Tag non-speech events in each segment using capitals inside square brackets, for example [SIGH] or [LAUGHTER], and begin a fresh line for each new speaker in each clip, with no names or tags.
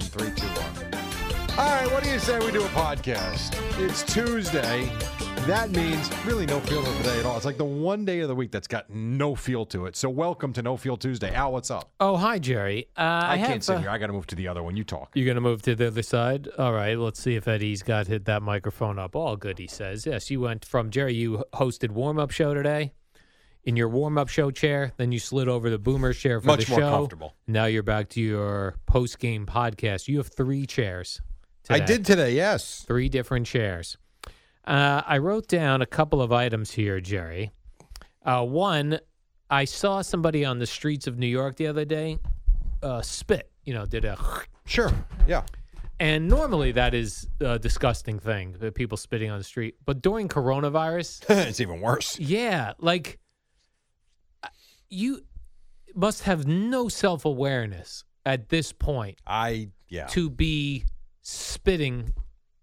Three, two, one. All right, what do you say we do a podcast? It's Tuesday. That means really no feel of the day at all. It's like the one day of the week that's got no feel to it. So welcome to No Feel Tuesday. Al, what's up?
Oh, hi, Jerry. Uh,
I,
have,
can't sit
uh,
here. I got to move to the other one. You talk.
You're going to move to the other side? All right, let's see if Eddie's got hit that microphone up. All good, he says. Yes, you went from Jerry, you h- hosted warm up show today in your warm up show chair. Then you slid over the boomer chair for
Much
the
more
show.
comfortable.
Now you're back to your post game podcast. You have three chairs.
I
Today.
did today, yes.
three different chairs. Uh, I wrote down a couple of items here, Jerry. Uh, one, I saw somebody on the streets of New York the other day uh, spit. You know, did a, [LAUGHS]
Sure. Yeah.
and normally that is a disgusting thing, the people spitting on the street. But during coronavirus,
[LAUGHS] it's even worse.
yeah, like uh, you must have no self awareness at this point
I, yeah.
to be spitting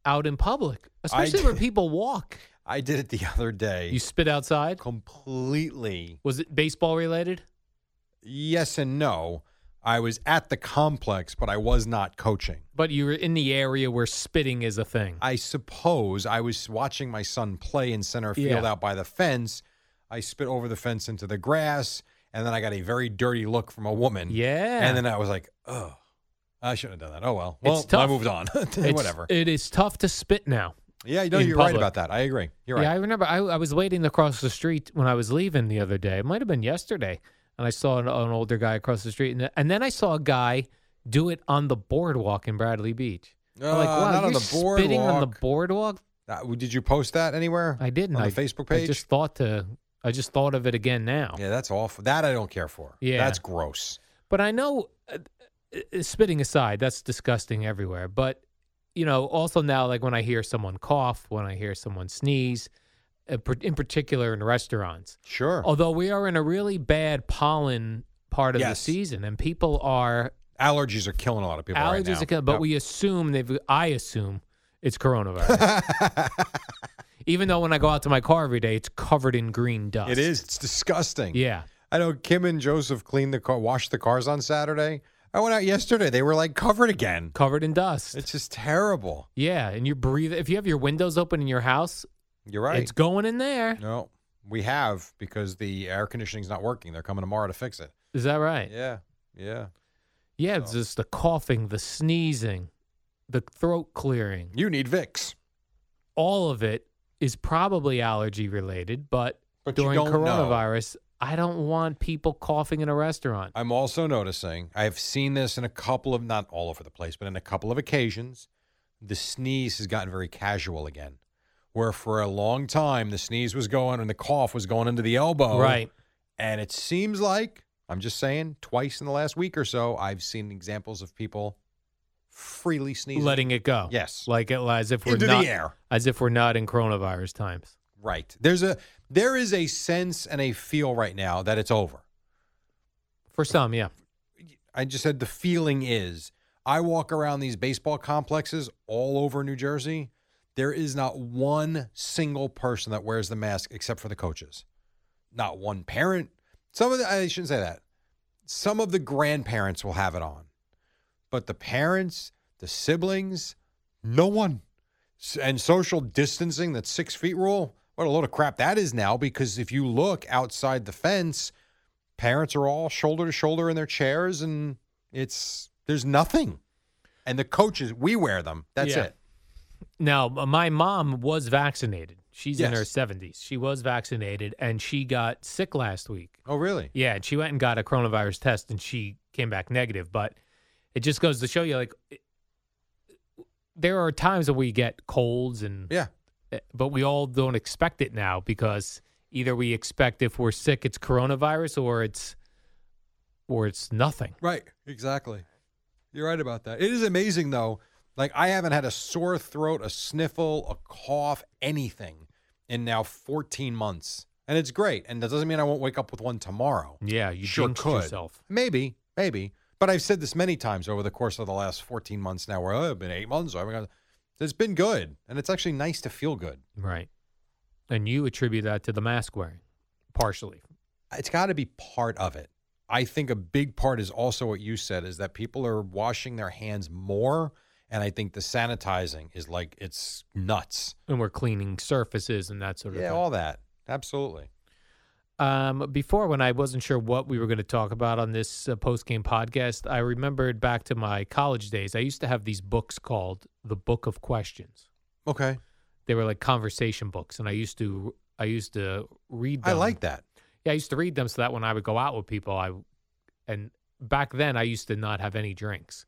out in public, especially where
did-
people walk.
I did it the other day.
You spit outside?
completely
Was it baseball related?
yes and no. I was at the complex, but I was not coaching.
But you were in the area where spitting is a thing.
I suppose I was watching my son play in center field
Yeah.
out by the fence. I spit over the fence into the grass, and then I got a very dirty look from a woman.
yeah.
And then I was like, oh, I shouldn't have done that. Oh, well.
It's
Well, I
tough.
moved on. [LAUGHS]
It's-
Whatever.
It is tough to spit now.
yeah, you know,
in
you're right
public.
about that. I agree. You're
Yeah, I
right.
remember I, I was waiting across the street when I was leaving the other day. It might have been yesterday. And I saw an, an older guy across the street. And, and then I saw a guy do it on the boardwalk in Bradley Beach. I'm like,
Uh,
wow,
not
you're
on the
spitting on the
boardwalk.
boardwalk?
Uh, did you post that anywhere?
I didn't.
On the
I,
Facebook
I
page?
just thought to, I just thought of it again now.
yeah, that's awful. That I don't care for.
Yeah.
That's gross.
But I know, uh, uh, spitting aside, that's disgusting everywhere. But you know, also now, like when I hear someone cough, when I hear someone sneeze, uh, par- in particular in restaurants.
Sure.
Although we are in a really bad pollen part of the
Yes.
season, and people are
Allergies are killing a lot of people right
allergies,
now.
are killing- but
Yep.
we assume they've. I assume it's coronavirus.
[LAUGHS]
Even though when I go out to my car every day, it's covered in green dust.
It is. It's disgusting.
Yeah.
I know Kim and Joseph cleaned the car, washed the cars on Saturday. I went out yesterday. They were like covered again.
Covered in dust.
It's just terrible.
yeah. And you breathe. If you have your windows open in your house,
You're right.
It's going in there.
no, we have because the air conditioning's not working. They're coming tomorrow to fix it.
Is that right?
Yeah. Yeah.
Yeah, it's just the coughing, the sneezing, the throat clearing.
You need Vicks.
All of it is probably allergy related, but,
But you
during
don't know.
coronavirus, I don't want people coughing in a restaurant.
I'm also noticing, I've seen this in a couple of, not all over the place, but in a couple of occasions, the sneeze has gotten very casual again, where for a long time the sneeze was going and the cough was going into the elbow.
Right.
And it seems like, I'm just saying, twice in the last week or so, I've seen examples of people freely sneezing.
Letting it go.
Yes.
Like it, as if we're
Into the
not
air.
as if we're not in coronavirus times.
Right. There's a there is a sense and a feel right now that it's over.
For some, yeah.
I just said the feeling is I walk around these baseball complexes all over New Jersey. There is not one single person that wears the mask except for the coaches. Not one parent. Some of the, I shouldn't say that. Some of the grandparents will have it on, but the parents, the siblings, no one. S- And social distancing, that six feet rule, what a load of crap that is now because if you look outside the fence, parents are all shoulder to shoulder in their chairs and it's there's nothing and the coaches we wear them that's
Yeah.
it
Now, m- my mom was vaccinated. She's in
Yes.
her 70s. She was vaccinated and she got sick last week.
oh really
Yeah, and she went and got a coronavirus test and she came back negative. But it just goes to show you like it- there are times when we get colds and eh,
yeah
but we all don't expect it now because either we expect if we're sick it's coronavirus or it's or it's nothing.
right exactly you're right about that it is amazing though like i haven't had a sore throat a sniffle a cough anything in now 14 months and it's great and that doesn't mean i won't wake up with one tomorrow
Yeah, you
sure
jinxed
could.
yourself.
Maybe, maybe. But I've said this many times over the course of the last 14 months now, where oh, it's been eight months. I haven't got- It's been good. And it's actually nice to feel good.
Right. And you attribute that to the mask wearing partially.
It's got to be part of it. I think a big part is also what you said is that people are washing their hands more. And I think the sanitizing is like, it's nuts.
And we're cleaning surfaces and that sort of
Yeah,
thing.
all that. Absolutely.
Um, before, when I wasn't sure what we were going to talk about on this uh, post game podcast, I remembered back to my college days. I used to have these books called the Book of Questions.
Okay.
They were like conversation books, and I used to I used to read.
I
Them.
like that.
Yeah, I used to read them so that when I would go out with people, I and back then I used to not have any drinks,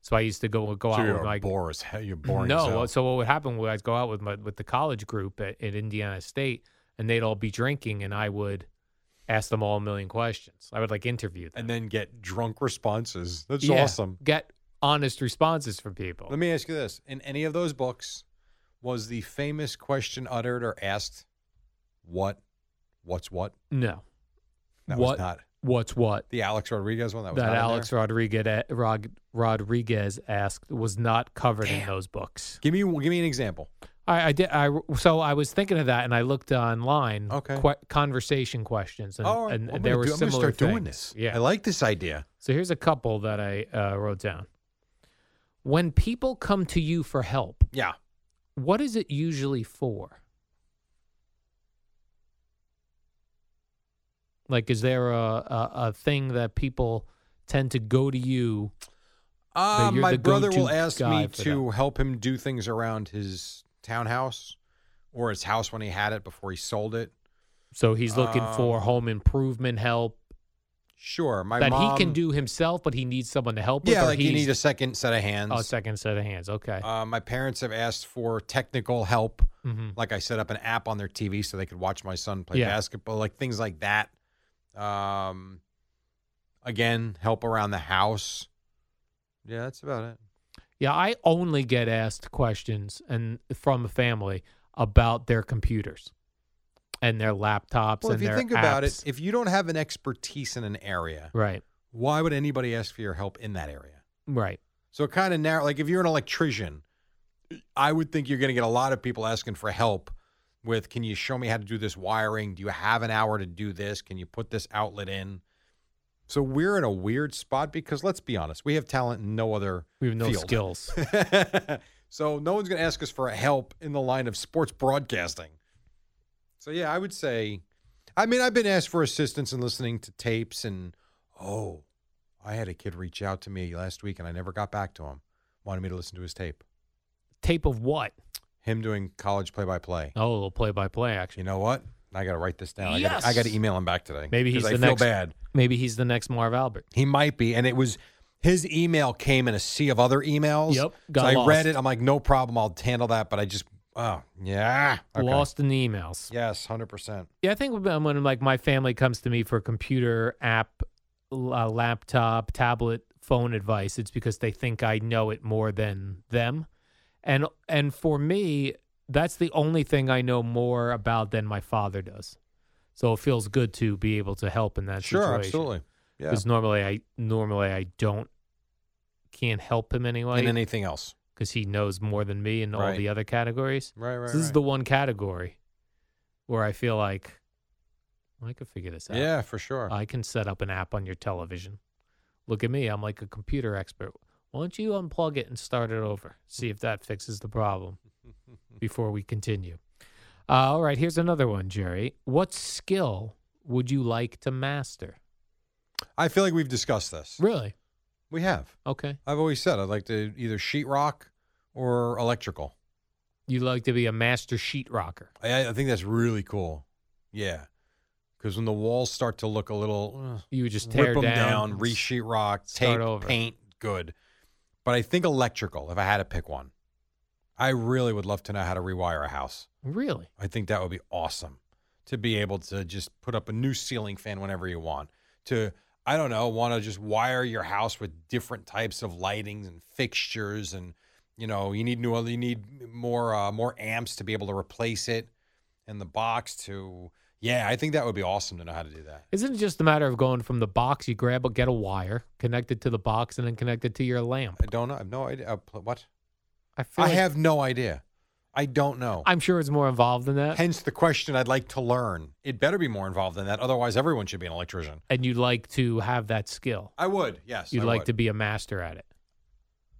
so I used to go go
So
out
you're
with my
bored as hell. You're boring. as
no,
hell.
so what would happen was I'd go out with my with the college group at, at Indiana State, and they'd all be drinking, and I would ask them all a million questions. I would like interview them.
and then get drunk responses. That's
Yeah,
awesome.
Get honest responses from people.
Let me ask you this: In any of those books, was the famous question uttered or asked, "What, what's what?"
no,
That
what
was not
what's what
the Alex Rodriguez one. That was
that
not in
Alex
there?
Rodriguez Rod, Rodriguez asked was not covered in those books.
Give me give me an example.
I, I did. I so I was thinking of that, and I looked online.
Okay.
que- conversation questions, and,
oh,
and,
I'm
and there
gonna
were
do, I'm gonna
similar
start doing
things.
this.
Yeah,
I like this idea.
So here's a couple that I uh, wrote down. When people come to you for help,
Yeah,
what is it usually for? Like, is there a, a, a thing that people tend to go to you?
uh,
you're
my
the
brother will
go-to
ask
guy
me
for
to help him do things around his townhouse or his house when he had it before he sold it.
So he's looking for
Um,
home improvement help
Sure, my
that
mom,
he can do himself, but he needs someone to help with.
Yeah,
or
like you
he's-
need a second set of hands.
oh, second set of hands. Okay.
Uh, my parents have asked for technical help.
hmm
Like I set up an app on their TV so they could watch my son play
Yeah.
basketball, like things like that. Um, again, help around the house. Yeah, that's about it.
Yeah, I only get asked questions and from a family about their computers and their laptops
Well,
and
if you
their
think about it,
apps.
if you don't have an expertise in an area,
right,
why would anybody ask for your help in that area?
right,
So it kind of narrow. Like if you're an electrician, I would think you're going to get a lot of people asking for help with, "Can you show me how to do this wiring? Do you have an hour to do this? Can you put this outlet in?" So we're in a weird spot because let's be honest, we have talent in no other.
we have no
field.
skills.
[LAUGHS] so no one's going to ask us for help in the line of sports broadcasting. So yeah, I would say, I mean, I've been asked for assistance in listening to tapes, and oh, I had a kid reach out to me last week, and I never got back to him. Wanted me to listen to his tape,
Tape of what?
him doing college play-by-play.
Oh, a little play-by-play action.
You know what? I got to write this down. I got
Yes!
to I got to email him back today.
Maybe
'cause
he's
I
the
feel
next-
bad.
Maybe he's the next Marv Albert.
He might be. And it was his email came in a sea of other emails.
Yep,
so
got
I
lost.
read it. I'm like, no problem. I'll handle that. But I just Oh, yeah. Okay.
Lost in the emails.
Yes, 100%.
Yeah, I think when um, when, like my family comes to me for computer app, l- uh, laptop, tablet, phone advice, it's because they think I know it more than them, and and for me, that's the only thing I know more about than my father does. So it feels good to be able to help in that
Sure,
situation.
absolutely. Yeah.
Because normally I normally I don't can't help him anyway
and
because
anything else.
he knows more than me in all
Right.
the other categories.
Right, right.
So this is
right.
the one category where I feel like I could figure this out.
Yeah, for sure.
I can set up an app on your television. Look at me, I'm like a computer expert. Why don't you unplug it and start it over? See if that fixes the
[LAUGHS]
problem before we continue. Uh, all right, here's another one, Jerry. What skill would you like to master?
I feel like we've discussed this.
Really?
We have.
Okay.
I've always said I'd like to either sheetrock or electrical.
You'd like to be a master sheetrocker.
I, I think that's really cool. Yeah. Because when the walls start to look a little,
You would just
uh,
tear
rip them
down,
down, re sheet rock,
start
tape,
over.
paint, good. But I think electrical, if I had to pick one, I really would love to know how to rewire a house.
Really?
I think that would be awesome to be able to just put up a new ceiling fan whenever you want. To I don't know, want to just wire your house with different types of lightings and fixtures, and you know you need new you need more uh, more amps to be able to replace it, and the box to yeah, I think that would be awesome to know how to do that.
Isn't it just a matter of going from the box? You grab a get a wire, connect it to the box, and then connect it to your lamp.
I don't know. I have no idea. Uh, pl- What?
I, feel
I
like-
have no idea. I don't know.
I'm sure it's more involved than that.
Hence the question I'd like to learn. It better be more involved than that. Otherwise, everyone should be an electrician.
and you'd like to have that skill.
I would. Yes.
You'd
I
like
would.
to be a master at it.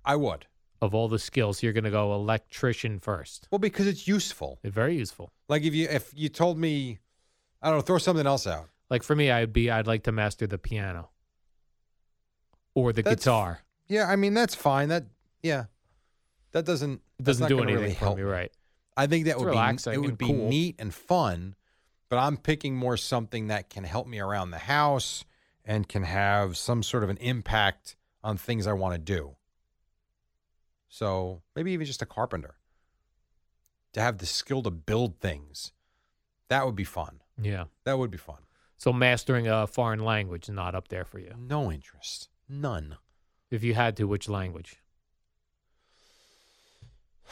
I would.
Of all the skills, you're going to go electrician first.
Well, because it's useful.
Very useful.
Like if you if you told me, I don't know, throw something else out.
Like for me, I'd be I'd like to master the piano or the
That's-
guitar.
Yeah, I mean that's fine. That yeah, that doesn't
It
that's
doesn't
not
do
gonna
anything
really
for
help.
me, right?
I think that
It's
would
relaxing
be it
and
would be
cool.
neat and fun, but I'm picking more something that can help me around the house and can have some sort of an impact on things I want to do. So maybe even just a carpenter to have the skill to build things. That would be fun.
Yeah.
That would be fun.
So mastering a foreign language is not up there for you.
No interest. None.
If you had to, which language?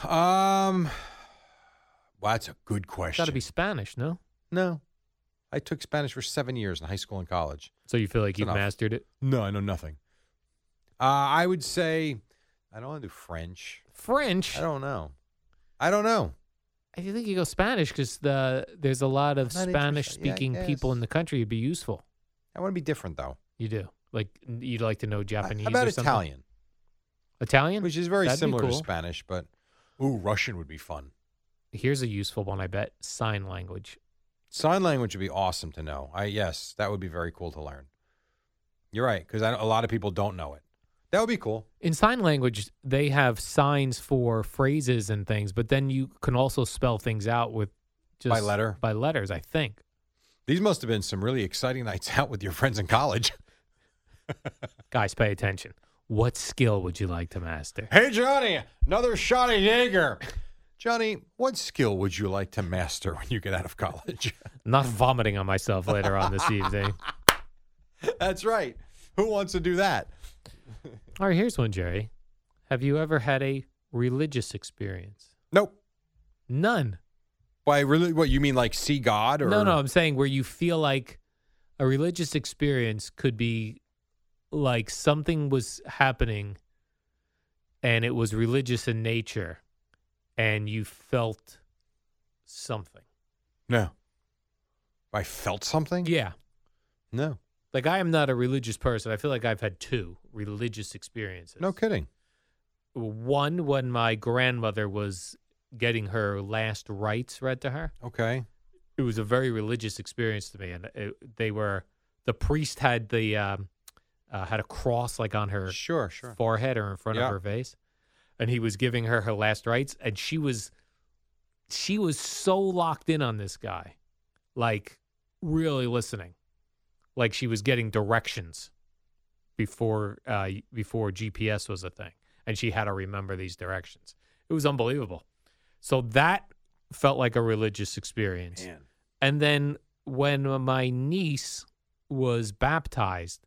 Um, well, that's a good
It's
question.
got to be Spanish, no?
no. I took Spanish for seven years in high school and college.
So you feel like
It's
you've
enough.
mastered it?
No, I know nothing. Uh, I would say I don't want to do French.
French?
I don't know. I don't know.
I think you go Spanish because the there's a lot of
I'm not
Spanish
interested. Yeah, I
speaking people in
guess.
the country. It'd be useful.
I want to be different though.
You do like n- you'd like to know Japanese
How about
or something.
Italian,
Italian,
which is very
That'd be
similar to
cool.
Spanish, but ooh, Russian would be fun.
Here's a useful one, I bet. Sign language.
Sign language would be awesome to know. I yes, that would be very cool to learn. You're right because a lot of people don't know it. That would be cool.
In sign language, they have signs for phrases and things, but then you can also spell things out with just
By letter?
By letters, I think.
These must have been some really exciting [LAUGHS] nights out with your friends in college.
Guys, pay attention. What skill would you like to master?
Hey, Johnny, another shot of Jaeger. Johnny, what skill would you like to master when you get out of college? [LAUGHS]
Not vomiting on myself later on this evening.
That's right. Who wants to do that?
All right, here's one, Jerry. Have you ever had a religious experience?
Nope.
None.
Why, really? What, you mean like see God or?
No, no, I'm saying where you feel like a religious experience could be like something was happening and it was religious in nature and you felt something.
No. I felt something?
Yeah.
No.
Like I am not a religious person. I feel like I've had two religious experiences.
No kidding.
One when my grandmother was getting her last rites read to her.
Okay.
it was a very religious experience to me, and it, they were the priest had the um, uh, had a cross like on her
Sure, sure.
forehead or in front
Yeah.
of her face, and he was giving her her last rites, and she was she was so locked in on this guy, like really listening, like she was getting directions before uh, before GPS was a thing, and she had to remember these directions. It was unbelievable. So that felt like a religious experience.
Man.
And then when my niece was baptized,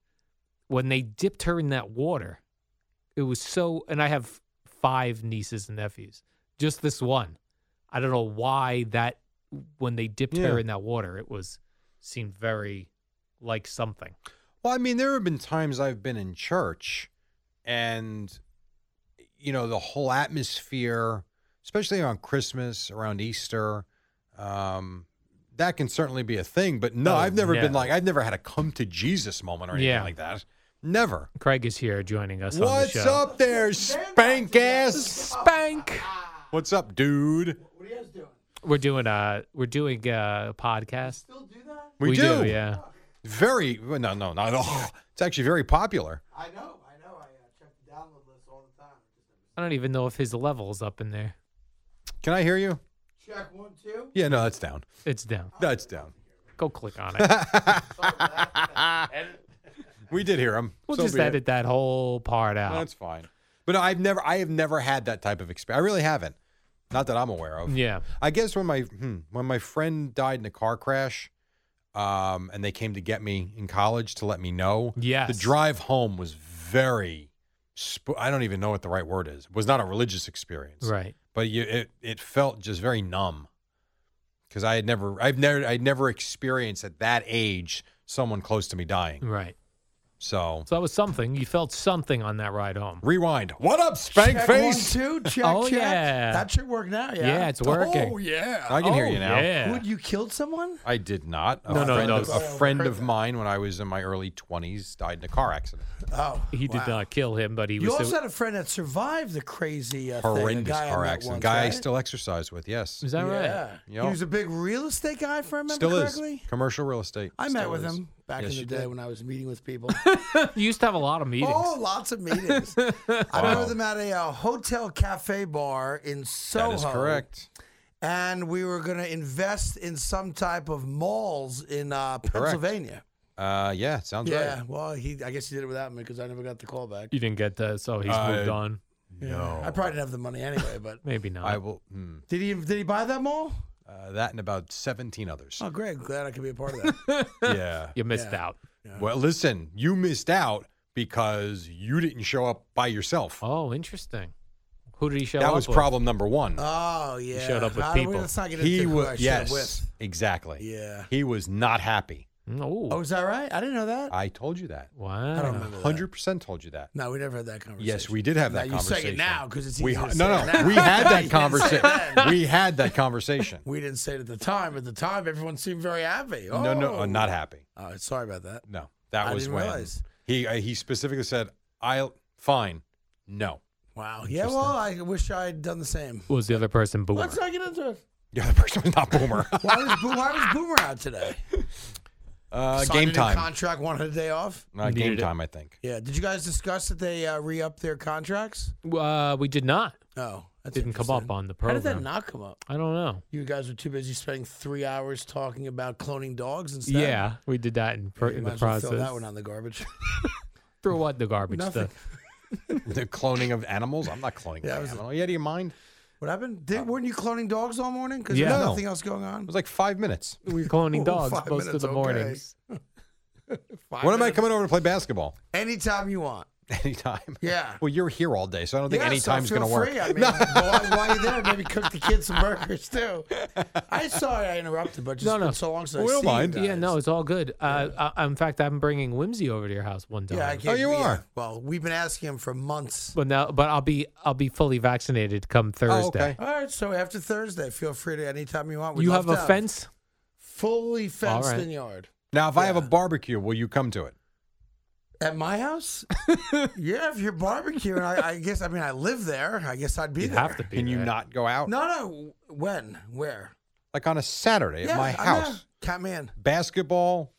when they dipped her in that water, it was so. And I have five nieces and nephews, just this one. I don't know why that when they dipped
Yeah.
her in that water, it was seemed very like something.
Well, I mean, there have been times I've been in church and, you know, the whole atmosphere, especially around Christmas, around Easter, um, that can certainly be a thing. But no,
Oh,
I've never been
no.
like, I've never had a come to Jesus moment or anything
Yeah.
like that. Never.
Craig is here joining us on the
What's
show.
up there, spank ass?
Spank.
What's up, dude?
We're doing a we're doing a podcast.
We,
do. yeah.
Very, well, no, no, not at all. It's actually very popular.
I don't even know if his level's up in there.
Can I hear you? Check one, two. Yeah, no, that's down.
It's down.
That's down.
Go click on it.
We did hear him.
We'll
So
just
be it.
edit that whole part
No,
out.
That's fine. But no, I've never, I have never had that type of experience. I really haven't. Not that I'm aware of.
Yeah.
I guess when my hmm, when my friend died in a car crash, um, and they came to get me in college to let me know.
Yes.
The drive home was very. Sp- I don't even know what the right word is. It was not a religious experience.
Right.
But you, it it felt just very numb. Because I had never, I've never, I'd never experienced at that age someone close to me dying.
Right.
So
So that was something. You felt something on that ride home.
rewind. What up, spank
Check
face?
One,
[LAUGHS]
two, check,
Oh,
check.
yeah.
That should work now, yeah.
Yeah, it's working.
Oh, yeah. Oh,
I can hear you now.
Yeah.
Would you killed someone?
I did not. A
No, no,
friend
no.
Of, a friend of mine, when I was in my early twenties, died in a car accident.
Oh.
he did
wow.
not kill him, but he
You
was.
also
so-
had a friend that survived the crazy uh, thing, the
Horrendous
guy I
car
met
accident.
once,
guy I
right?
still exercise with. Yes,
is that right?
Yeah.
Yep.
He was a big real estate guy, if I remember
still is
correctly.
commercial real estate.
I
Still
met with
is.
him back
Yes,
in the
you
day
did.
when I was meeting
[LAUGHS]
with people.
You used to have a lot of meetings.
oh, lots of meetings. I met with him at a uh, hotel cafe bar in Soho.
That is correct.
And we were going to invest in some type of malls in uh, Pennsylvania.
Uh, yeah, sounds
Yeah.
right.
Well, he I guess he did it without me because I never got the call back.
You didn't get that, so he's moved
Uh,
on.
No,
I probably didn't have the money anyway. But
Maybe not.
I will. Hmm,
did he did he buy that mall?
uh, that and about seventeen others.
Oh, great! Glad I could be a part of that.
yeah.
you missed
[LAUGHS] yeah.
out.
Well, listen, you missed out because you didn't show up by yourself.
Oh, interesting. Who did he show up
that was
with?
problem number one.
oh yeah.
showed up with
Ah,
people.
Let's not get into
he
who I
was
showed
yes,
with.
exactly.
Yeah.
He was not happy.
Oh,
Oh, is that right? I didn't know that.
I told you that.
wow.
I don't remember. that.
Hundred percent told you that.
No, we never had that conversation.
Yes, we did have
Now
that
you
conversation.
say it now because it's
we
easier
no
to say it
no
now.
we had
[LAUGHS]
that
You didn't say it
conversation.
then.
we had that
[LAUGHS]
conversation.
We didn't say it at the time. At the time, everyone seemed very happy. Oh.
No no, uh, not happy.
Oh, sorry about that.
No, that
I
was
didn't
when
realize.
he uh, he specifically said, "I fine, no." [LAUGHS]
Wow. Yeah. Well, I wish I had done the same.
Was the other person boomer?
Let's not get into it.
The other person was not
[LAUGHS]
Boomer.
Why was, Bo- why was Boomer out today?
[LAUGHS] uh,
Signed
game
a new
time.
Contract wanted a day off.
Uh, game
Needed it.
time, I think. [LAUGHS]
Yeah. Did you guys discuss that they uh, re up their contracts?
Uh, we did not.
Oh, that
Didn't come up on the
How
program.
did that not come up?
I don't know.
You guys were too busy spending three hours talking about cloning dogs instead.
Yeah, we did that in, pr-
You
in
might
the
as well
process.
throw that one on the garbage.
Throw what in the garbage?
Nothing.
The-
the cloning of animals. I'm not cloning
That
an
was-
animal. Yeah, do you mind?
[LAUGHS] what happened? Did, weren't you cloning dogs all morning? Because
Yeah.
there's
No.
nothing else going on.
It was like five minutes.
we're cloning
[LAUGHS] Oh,
dogs
five
most of
minutes,
the
okay.
mornings.
Five
When am I
minutes.
coming over to play basketball? [LAUGHS]
Anytime you want.
Anytime.
Yeah.
Well, you're here all day, so I don't think
yeah,
any
so
time's
feel
going to work.
free.
[LAUGHS]
I mean, go out while you're there, maybe cook the kids some burgers too. I sorry I interrupted, but just
No, no.
been so long since
We
I
don't
see
mind.
You guys.
Yeah, no, it's all good. Uh, I, in fact, I'm bringing Whimsy over to your house one time.
Yeah, I can't.
you
yeah.
are.
Well, we've been asking him for months.
Oh, but now, but I'll be I'll be fully vaccinated come
Oh,
Thursday.
okay.
All right, so after Thursday, feel free to anytime you want. We'd
You
love
have
to
a fence?
fully fenced
right.
in yard
Now, if I have a barbecue, will you come to it?
at
[LAUGHS]
my house. yeah, if you're barbecuing, I, I guess. I mean, I live there. I guess I'd be
You
there.
have to be.
Can you
there.
not go out?
No, no. When? Where?
Like on a Saturday
yeah,
at my
I'm
house.
there. Catman.
Basketball,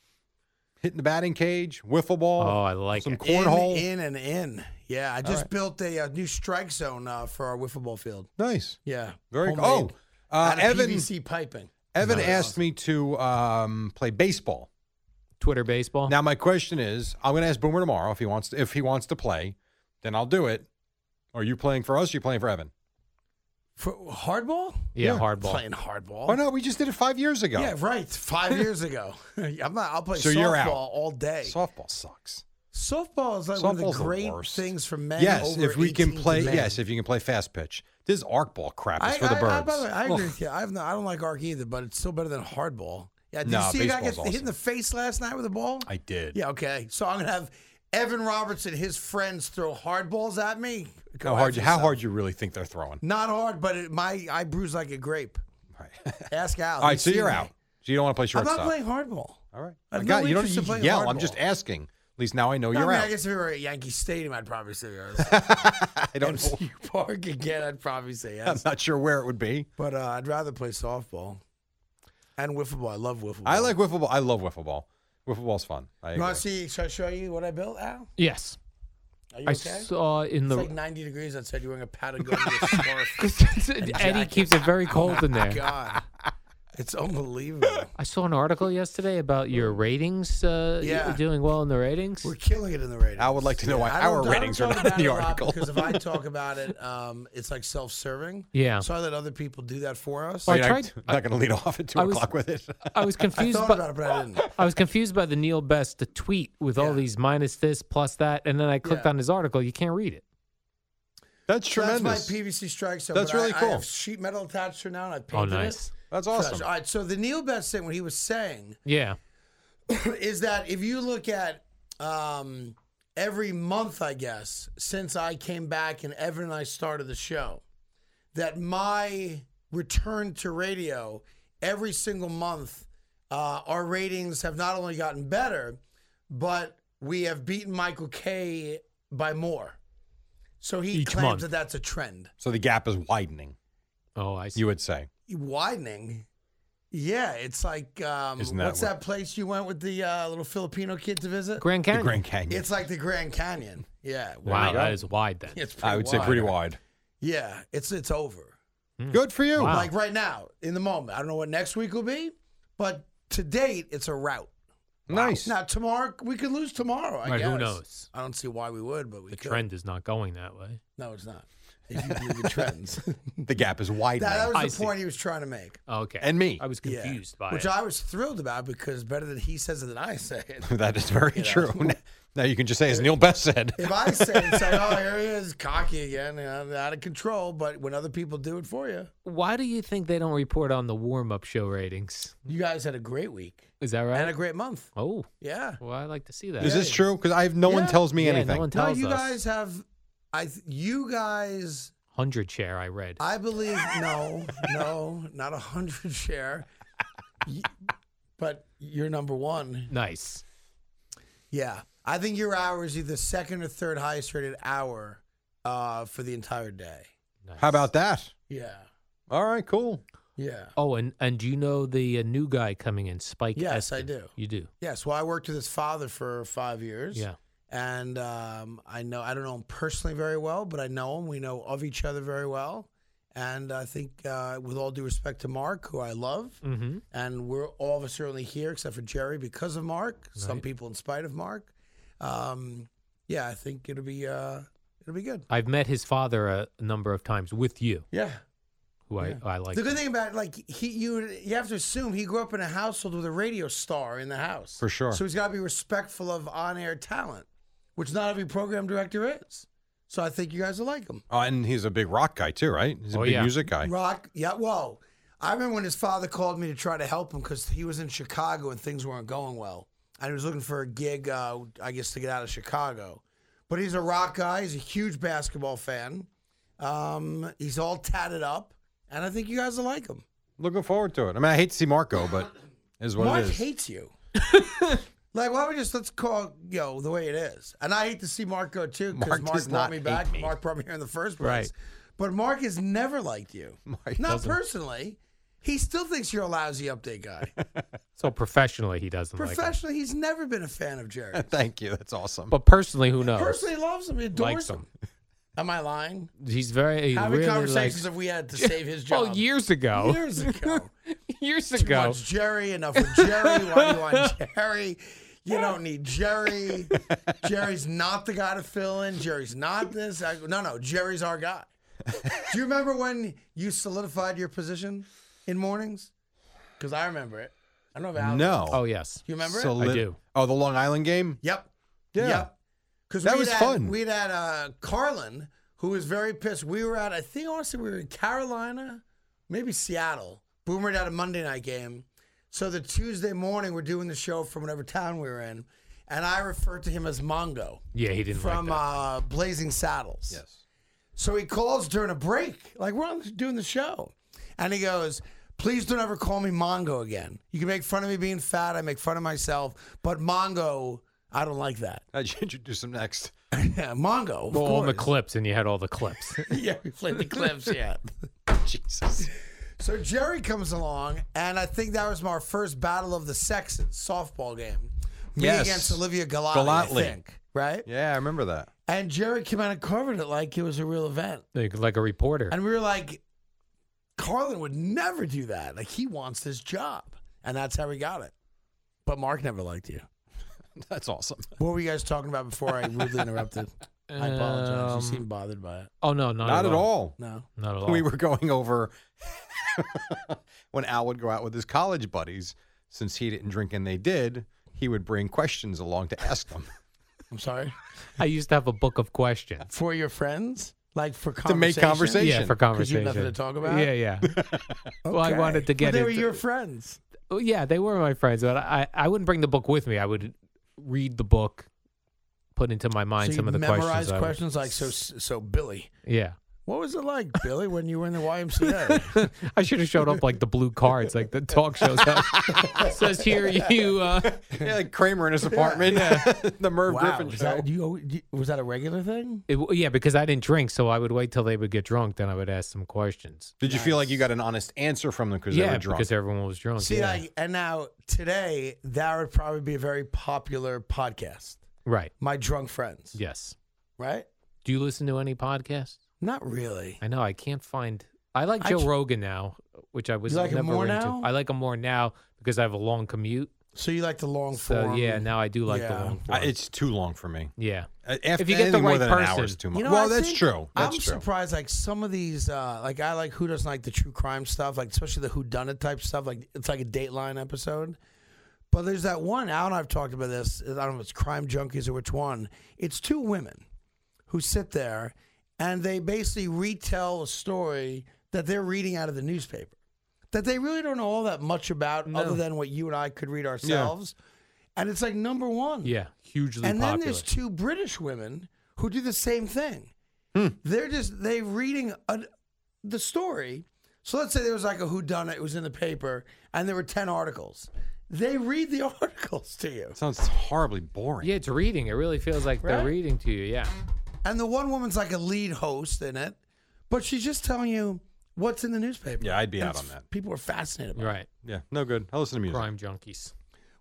hitting the batting cage, wiffle
Oh,
ball,
I like
some
it.
cornhole.
In, in and in. Yeah, I just built a, uh new strike zone uh, for our wiffle ball field.
Nice.
Yeah.
Very
homemade,
cool. Oh, uh,
out of
Evan
PVC piping.
Evan asked me to um, play baseball.
Twitter baseball.
Now my question is, I'm going to ask Boomer tomorrow if he wants to, if he wants to play, then I'll do it. Are you playing for us? Or are you playing for Evan?
For hardball?
Yeah,
Yeah.
hardball.
Playing hardball.
Oh no, we just did it five years ago.
Yeah, right. Five
[LAUGHS]
years ago. [LAUGHS] I'm not. I'll play
So
softball
you're out.
all day.
Softball sucks.
softball is like one of the
Softball's the
great
worst.
things for men.
yes,
over
if we can
18 to
play.
men.
Yes, if you can play fast pitch. This is arc ball crap. It's
I,
for the
I-
birds.
I, by the way, I agree
Ugh.
with you. I've not, I don't like arc either, but it's still better than hardball. Yeah, did
Nah,
you see a guy get
baseball's
hit in
awesome.
the face last night with a ball?
I did.
yeah, okay. So I'm gonna have Evan Roberts and his friends throw hardballs at me. Go
How hard?
after
You, how
yourself.
hard you really think they're throwing?
Not hard, but it, my I bruise like a grape.
All right.
Ask Al.
All right,
He's
so
Hmm. seen
you're
me.
out. So you don't want to play
I'm
shortstop.
not playing hardball.
All right.
I
I
have
got
no
you. Don't
interest
need
in
to
playing
yell. I'm
hardball.
just asking. At least now I know
No, I
you're
mean, I
out.
guess if we were at Yankee Stadium, I'd probably say yes.
[LAUGHS]
[LAUGHS]
I don't. know.
MCU Park again, I'd probably say
I'm [LAUGHS]
yes.
not sure where it would be.
but uh, I'd rather play softball and wiffle ball. I love wiffle ball.
I like wiffle ball. I love wiffle ball. Wiffle ball's fun. I
You want
agree.
to see? Should I show you what I built, Al?
Yes.
Are you
I
okay?
saw in
it's
the. [LAUGHS]
like 90 degrees outside. You're wearing a Patagonia scarf.
Eddie keeps it very cold in there.
Oh God, it's unbelievable.
[LAUGHS] I saw an article yesterday about your ratings. Uh, you
Yeah.
doing well in the ratings.
We're killing it in the ratings.
I would like to know why
I don't-
our
I don't
ratings are
talk
not in
about
the
it a lot
article. [LAUGHS]
because if I talk about it, um, it's like self-serving.
Yeah.
So I let other people do that for us.
I
I
mean, I
tried-
am not going to lead off at two
I was-
o'clock with it. [LAUGHS]
I was
[LAUGHS] I
confused
thought
by
about it, but
[LAUGHS]
I didn't.
I was confused by the Neil Best the tweet with all
Yeah.
these minus this plus that, and then I clicked
Yeah.
on his article. You can't read it.
That's tremendous.
That's my PVC strike zone.
That's
but I-
really
I
cool.
have sheet metal attached to it now, and I painted
Oh, nice.
it.
That's
So
awesome.
that's- All right. So the Neil Best thing, what he was saying
Yeah.
[CLEARS THROAT] is that if you look at um, every month, I guess, since I came back and Evan and I started the show, that my return to radio every single month, uh, our ratings have not only gotten better, but we have beaten Michael K by more. So he
Each
claims
month.
that that's a trend.
So the gap is widening.
Oh, I see.
You would say.
widening. Yeah, it's like um,
Isn't that
what's
what-
that place you went with the uh, little Filipino kid to visit?
Grand
The
Canyon.
Grand Canyon.
It's like the Grand Canyon. Yeah.
wow,
go.
that is wide then.
[LAUGHS] It's pretty
I would say pretty wide.
Yeah, it's it's over.
Good for you.
Wow.
Like right now, in the moment. I don't know what next week will be, but to date, it's a route.
Nice.
Now tomorrow we could lose tomorrow. I
Right,
guess.
who knows?
I don't see why we would, but we
The
could.
trend is not going that way.
No, it's not. If you
[LAUGHS]
believe in trends, that,
The gap is widening.
that was
I
the
see.
point he was trying to make.
Oh, Okay.
And me.
I was
Yeah.
confused by
which
it.
I was thrilled about because better that he says it than I say it.
[LAUGHS] that is very true. Now you can just say, as Neil Best said, [LAUGHS]
If I say it, say, "Oh, here he is, cocky again, and out of control," but when other people do it for you,
Why do you think they don't report on the warm-up show ratings?
you guys had a great week
Is that right?
and a great month.
oh,
Yeah,
well, I like to see that.
is this true? Because I have no one
Yeah.
tells me
Yeah, no
anything.
one
no,
tells
you
us.
guys have. I, th- you guys,
Hundred share. I read.
I believe. No, no, not a hundred share, Y- but you're number one.
nice.
Yeah, I think your hour is either second or third highest rated hour uh, for the entire day.
nice.
How about that?
Yeah,
All right, cool.
yeah.
Oh, and and do you know the uh, new guy coming in, Spike?
Yes, I
Eskin?
do.
You do.
Yes. Well, I worked with his father for five years.
Yeah.
And um, I know, I don't know him personally very well, but I know him. We know of each other very well. And I think, uh, with all due respect to Mark, who I love,
Mm-hmm.
and we're all of us are only here except for Jerry because of Mark, some people in spite of Mark. Um, yeah, I think it'll be, uh, it'll be good.
I've met his father a number of times with you,
Yeah.
who
Yeah.
I, I like.
the good thing about it, like he you you have to assume he grew up in a household with a radio star in the house
For sure.
So he's got to be respectful of on-air talent, which not every program director is. So I think you guys will like him.
Oh, and he's a big rock guy too, right? He's a
Oh,
big
yeah.
music guy.
Rock, yeah. Whoa, I remember when his father called me to try to help him because he was in Chicago and things weren't going well, and he was looking for a gig, uh, I guess, to get out of Chicago. But he's a rock guy. He's a huge basketball fan. Um, he's all tatted up, and I think you guys will like him.
Looking forward to it. I mean, I hate to see Marco, but it is what
Mark
it is. [LAUGHS]
hates you. like, why don't we just let's call you know, the way it is? And I hate to see Mark go too because
Mark
Mark,
does not
brought me
hate
back.
me.
Mark brought me here in the first place.
Right.
But Mark has never liked you.
Mark
not
doesn't-
personally. He still thinks you're a lousy
[LAUGHS]
update guy.
so professionally, he doesn't like. him.
Professionally, he's never been a fan of Jerry.
Thank you. That's awesome.
But personally, who knows?
Personally, loves him, adores
Likes
him. Am I lying?
He's very. He
How many
really
conversations
likes,
have we had to save his
Oh,
job?
years ago. [LAUGHS]
[LAUGHS] Years ago.
years [LAUGHS]
Too
ago.
much Jerry. Enough with Jerry. Why do you want
[LAUGHS]
Jerry? You don't need Jerry. Jerry's not the guy to fill in. Jerry's not this. I, no, no. Jerry's our guy. Do you remember when you solidified your position in mornings? Because I remember it. I don't know if Alex.
No.
Oh yes.
You remember? it?
So
I do.
Oh, the Long Island game?
Yep.
Yeah.
Yep. Because
That was fun.
We'd had uh, Carlin, who was very pissed. We were at, I think, honestly, we were in Carolina, maybe Seattle. Boomer had a Monday night game. So the Tuesday morning, we're doing the show from whatever town we were in. And I referred to him as Mongo
Yeah, he didn't
from
like that.
uh, Blazing Saddles.
Yes. [LAUGHS]
So he calls during a break, like we're on, doing the show, and he goes, "Please don't ever call me Mongo again. You can make fun of me being fat. I make fun of myself, but Mongo, I don't like that.
I should introduce him next. [LAUGHS]
yeah, Mongo. Of
Well, all the
uh, course.
clips, and you had all the
[LAUGHS]
clips.
yeah, we played the clips. Yeah.
Jesus.
[LAUGHS] So Jerry comes along, and I think that was our first battle of the sexes softball game. Me
Yes.
against Olivia Galati,
Galati.
I think. Right?
Yeah, I remember that. [LAUGHS]
And Jerry came out and covered it like it was a real event.
like, like a reporter.
And we were like, Carlin would never do that. Like he wants this job. And that's how we got it. But Mark never liked you.
That's awesome.
What were you guys talking about before I
[LAUGHS]
rudely interrupted? I apologize.
Um,
you seem bothered by it.
oh no, not,
Not at all.
No.
Not
[LAUGHS]
at all.
We were going over [LAUGHS] when Al would go out with his college buddies, since he didn't drink and they did, he would bring questions along to ask them
I'm sorry.
I used to have a book of questions.
For your friends? Like for
to make
conversation?
conversation.
Yeah, for
Because you
conversation.
have nothing to talk about?
Yeah, yeah.
[LAUGHS]
Well, I
Okay.
wanted to
But
get
they were
into-
your friends.
Oh, yeah, they were my friends, but I, I wouldn't bring the book with me. I would read the book, put into my mind
so
some
you
of the
memorize
questions. I would-
questions like so so Billy.
yeah. [LAUGHS]
What was it like, Billy, when you were in the YMCA?
I should have showed up like the blue cards, like the talk shows. [LAUGHS] Have. says here you. Uh,
Yeah, like Kramer in his apartment. [LAUGHS] the Merv
wow,
Griffin
was
show.
that, you, was that a regular thing?
it, yeah, because I didn't drink, so I would wait till they would get drunk, then I would ask some questions.
Did you feel like you got an honest answer from them because they
Yeah,
were drunk?
because everyone was drunk.
See,
Oh, yeah.
like, and now today, that would probably be a very popular podcast.
right?
My drunk friends,
Yes.
right?
Do you listen to any podcasts?
Not really.
I know I can't find. I like
I
Joe
ca-
Rogan now, which I was
You like him
never
more
into.
now?
I like him more now because I have a long commute.
So you like the long
So
form?
yeah, now I do like
Yeah.
the long
I-
form.
it's too long for me.
yeah,
A- After
If you get the
anything more
right
than an hour
person.
is too much.
You know,
well,
I
that's
think-
true. That's
I'm
true.
surprised. Like some of these, uh, like I like who doesn't like the true crime stuff, like especially the who done it type stuff. Like it's like a Dateline episode. But there's that one. Al and I've talked about this. I don't know if it's Crime Junkies or which one. It's two women who sit there and they basically retell a story that they're reading out of the newspaper that they really don't know all that much about, other than what you and I could read ourselves. And it's like number one.
yeah, hugely
And
popular.
then there's two British women who do the same thing.
Hmm.
They're just they reading a, the story. So let's say there was like a who done it was in the paper, and there were ten articles. They read the [LAUGHS] articles to you,
Sounds horribly boring.
yeah, it's reading. It really feels like
Right?
they're reading to you. Yeah,
and the one woman's like a lead host in it, but she's just telling you what's in the newspaper.
Yeah, I'd be
And
out
it's-
on that.
People are fascinated. By it.
right.
Yeah, no good. I listen to music.
Crime junkies.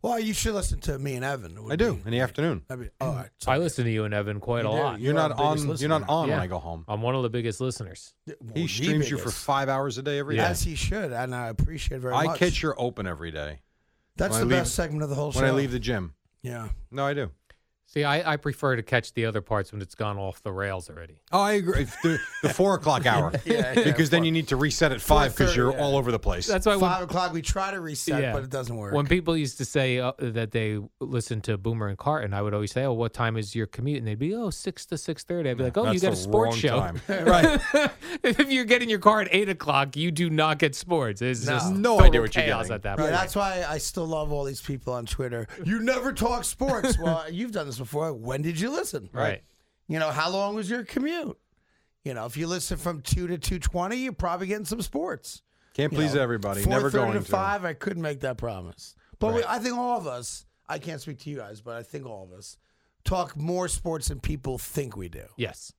Well, you should listen to me and Evan. It would
I do
be-
in the afternoon.
I mean, all right.
I listen to you and Evan quite a
do.
lot.
You're,
You're our
not on.
biggest
You're not
listener.
on when
Yeah.
I go home.
I'm one of the biggest listeners.
He streams you for five hours a day every day.
as he should, and I appreciate it very
I
much.
catch your open every day
That's
when I
the
leave-
best segment of the whole show.
when I leave the gym.
yeah.
No, I do.
See, I, I prefer to catch the other parts when it's gone off the rails already.
Oh, I agree. If The, the four [LAUGHS] o'clock hour.
Yeah, yeah,
because then you need to reset at five because
4:30,
you're
yeah.
all over the place.
That's why when,
Five o'clock. We try to reset,
Yeah.
but it doesn't work.
when people used to say uh, that they listened to Boomer and Carton, I would always say, "Oh, what time is your commute?" And they'd be, "Oh, six to 6.30. I'd be like, "Oh, you
That's
got a
the
sports
wrong
show." [LAUGHS]
time. [LAUGHS] right.
if you're getting your car at eight o'clock, you do not get sports. It's
No.
just
No
total
idea what you're
chaos
getting.
at that
yeah,
point.
that's why I still love all these people on Twitter. You never
[LAUGHS]
talk sports. well, you've done this before. When did you listen?
Right.
You know, how long was your commute? You know, if you listen from two to two twenty, you're probably getting some sports.
Can't
You
please
know,
everybody. Never
4:30
going to.
to five. I couldn't make that promise, but we, I think all of us. I can't speak to you guys, but I think all of us talk more sports than people think we do.
Yes.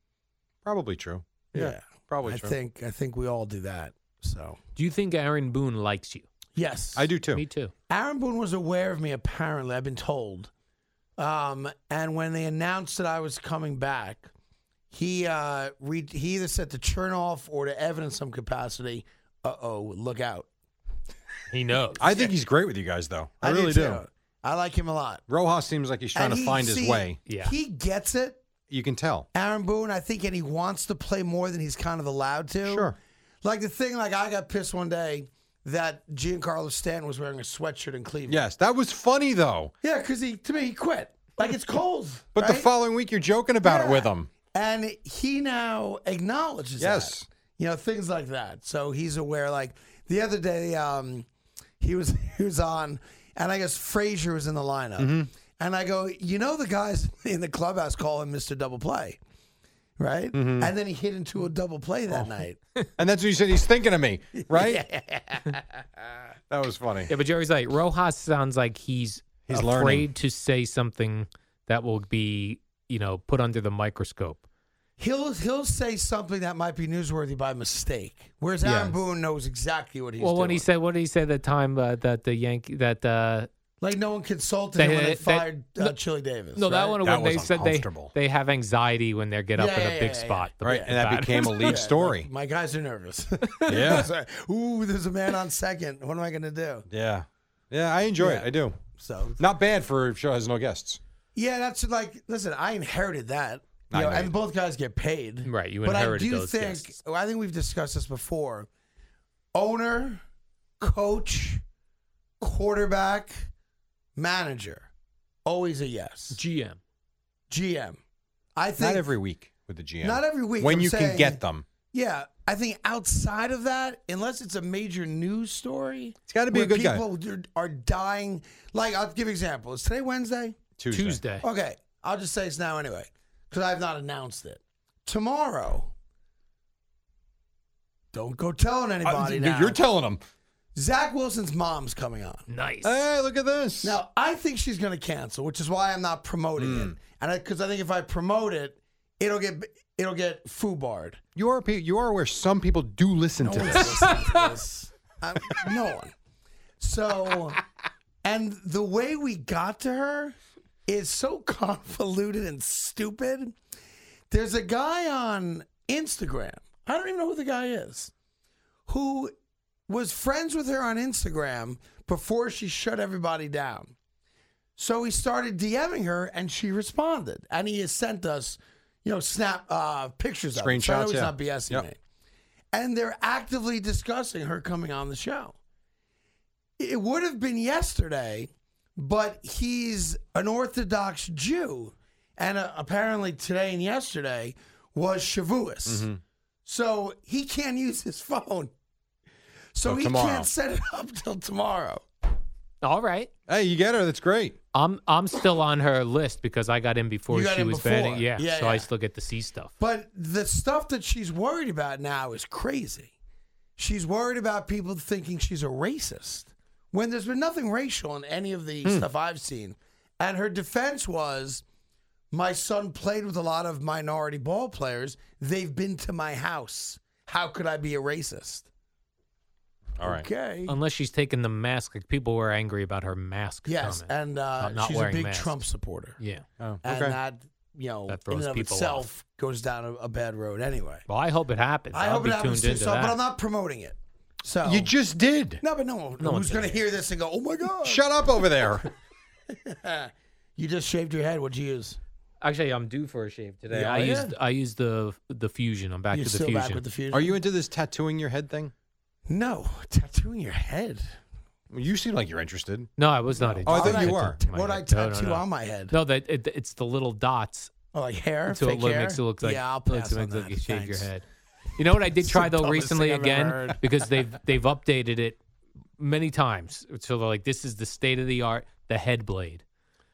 Probably true. Yeah. Probably
I
true.
think I think we all do that. So
Do you think Aaron Boone likes you?
yes,
I do too.
Me too.
Aaron Boone was aware of me, apparently. I've been told. Um, and when they announced that I was coming back, he uh, re- he either said to Chernoff or to Evan in some capacity, "Uh oh, look out!"
He knows.
I think he's great with you guys, though. I, really do.
too. I like him a lot.
Rojas seems like he's trying
And
to
he-
find his
see,
way.
Yeah.
he gets it,
You can tell.
Aaron Boone, I think, and he wants to play more than he's kind of allowed to.
Sure.
Like the thing, like I got pissed one day that Giancarlo Stanton was wearing a sweatshirt in Cleveland.
Yes, that was funny though.
Yeah, because he to me he quit. Like it's cold.
But the
right?
following week, you're joking about it
Yeah.
with him.
and he now acknowledges
Yes.
that. You know, things like that. So he's aware. Like the other day, um, he was [LAUGHS] he was on, and I guess Frazier was in the lineup.
Mm-hmm.
And I go, you know, the guys [LAUGHS] in the clubhouse call him Mister Double Play, right?
Mm-hmm.
And then he hit into a double play that
Oh.
night.
And that's what you said. He's thinking of me, [LAUGHS] right? That was funny.
Yeah, but Jerry's like Rojas sounds like he's
He's
afraid
learning.
to say something that will be you know put under the microscope.
He'll he'll say something that might be newsworthy by mistake. Whereas
Yes.
Aaron Boone knows exactly what he's
well,
doing.
when he said what did he say the time uh, that the Yankee that uh,
like no one consulted
They-
him when they
they-
fired uh,
no-
Chili Davis.
no that
right?
one
That
when they
was
said they
uncomfortable.
they have anxiety when they get up in
Yeah,
a
yeah,
big
yeah, yeah.
spot the-
Right,
the
and that
batter.
became
[LAUGHS]
[LAUGHS]
a lead story.
My guys are nervous. [LAUGHS]
Yeah.
Sorry. Ooh, there's a man on second. What am I going to do?
Yeah. Yeah, I enjoy
Yeah.
it. I do.
So,
Not bad for a show that has no guests.
yeah, that's like, listen, I inherited that. You
I
know,
know you
and both guys get paid.
Right, you
but I
inherited
do
those
think,
guests.
well, I think we've discussed this before. Owner, coach, quarterback, manager, always a yes.
GM.
GM. I think
Not every week with the GM.
Not every week,
When
I'm
you
saying-
can get them.
Yeah, I think outside of that, unless it's a major news story,
It's gotta be a
where
good guy.
people are are dying. Like I'll give examples. Today Wednesday.
Tuesday. Oh.
Tuesday.
Okay, I'll just say it's now anyway because I've not announced it. Tomorrow. Don't go telling
Uh,
anybody
th-
now.
You're telling them.
Zach Wilson's mom's coming on.
Nice.
Hey, look at this.
Now I think she's going to cancel, which is why I'm not promoting
Hmm.
it. And because I, think if I promote it, it'll get it'll get foobarred.
You are pe- you are aware some people do listen to
one's
this.
listening to this. I'm- no one. So, and the way we got to her is so [LAUGHS] convoluted and stupid. There's a guy on Instagram. I don't even know who the guy is, who was friends with her on Instagram before she shut everybody down. So he started DMing her, and she responded, and he has sent us, you know, snap uh, pictures of it. So I
Screenshots,
know he's
yeah.
not BSing
Yep.
me and they're actively discussing her coming on the show. It would have been yesterday, but he's an Orthodox Jew, and uh, apparently today and yesterday was Shavuos, so he can't use his phone. So
Till
he
tomorrow.
can't set it up till tomorrow.
All right.
hey, you get her. That's great.
I'm I'm still on her list because I got in before
You got
she
in
was
before.
banning. Yeah,
Yeah,
so I
yeah.
still get to see stuff.
But the stuff that she's worried about now is crazy. She's worried about people thinking she's a racist when there's been nothing racial in any of
Hmm.
the stuff I've seen. And her defense was my son played with a lot of minority ball players. They've been to my house. How could I be a racist?
All right.
Okay.
Unless she's taking the mask, like people were angry about her mask.
yes.
comment.
And uh,
Not- not
she's a
wearing
big
masks.
Trump supporter.
yeah.
Oh,
And
okay.
that, you know,
That
in
throws
and of
people
itself goes down a, a bad road anyway.
Well, I hope it happens.
I
will
hope
be
it happens
tuned
too,
into
so,
that.
but I'm not promoting it. So
You just did.
no, but no, one-
No
who's
one's
going to
gonna
hear this and go, "Oh my god,
Shut up over there.
[LAUGHS] you just shaved your head. What'd you use?"
Actually, I'm due for a shave today.
Yeah,
I
yeah.
used I used the the fusion. I'm back
You're
to the
still
fusion.
back with the fusion.
Are you into this tattooing your head thing?
No, tattooing your head.
You seem like you're interested.
no, I was not.
Oh, I
interested.
thought you
Tattoo
were.
to my
What I
head. No, no,
tattoo
no.
on my head?
No, that it, it's the little dots.
Oh, like hair.
So it
fake
lo-
hair?
makes it look like
yeah, I'll
looks-
pass
it
on
makes it look
that.
like you shaved your
Thanks.
head. You know what
[LAUGHS]
I did
the
try though
dumbest
recently
thing I've ever
again [LAUGHS]
heard.
because they've they've updated it many times. So they're like, this is the state of the art, the head blade.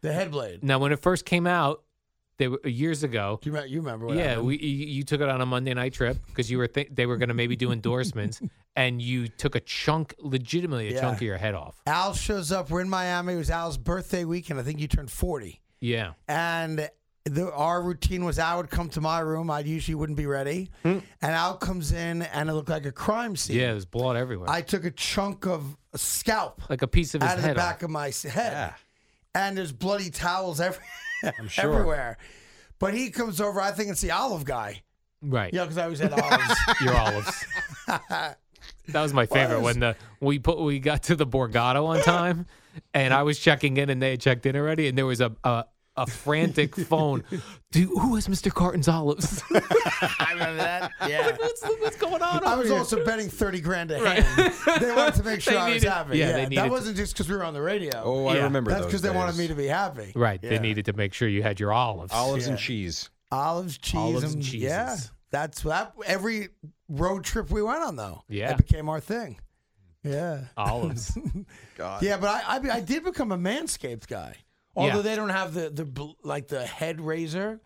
The head blade.
Now, when it first came out, they were years ago.
Do you, remember, you remember? What
Yeah,
happened?
we you you took it on a Monday night trip because you were th- they were going to maybe do
[LAUGHS]
endorsements, and you took a chunk, legitimately a
Yeah.
chunk of your head off.
Al shows up. We're in Miami. It was Al's birthday weekend. I think you turned forty.
Yeah,
and the, our routine was I would come to my room. I usually wouldn't be ready, and Al comes in, and it looked like a crime scene.
Hmm. yeah, there's blood everywhere,
I took a chunk of a scalp
like a piece of his
out of the
head. off.
back of my s- head, and there's bloody towels every-
sure.
everywhere. But he comes over. I think it's the olive guy.
Right,
Yeah, because I always
[LAUGHS]
had olives.
your olives. [LAUGHS] that was my favorite when the we put we got to the Borgata one time, and I was checking in, and they had checked in already, and there was a. a a frantic phone. [LAUGHS] Do who is Mr. Carton's olives? [LAUGHS] Like,
I remember that. Yeah.
what's, what's going on?
I
over
was
here?
also betting thirty grand a hand. They
[LAUGHS]
wanted to make sure
They
I was
needed-
happy.
yeah,
Yeah,
they needed
that
to-
wasn't just because we were on the radio.
Oh, I
Yeah.
remember
That's
because
because they wanted me to be happy.
right. They
Yeah.
needed to make sure you had your olives.
olives and
Yeah.
cheese.
olives, cheese,
Olives
and
and
yeah.
cheeses.
That's that. Every road trip we went on, though,
Yeah.
that became our thing. Yeah, [LAUGHS]
Olives.
God.
yeah. But I, I, I did become a manscaped guy. Although
Yeah.
they don't have the the bl- like the head razor,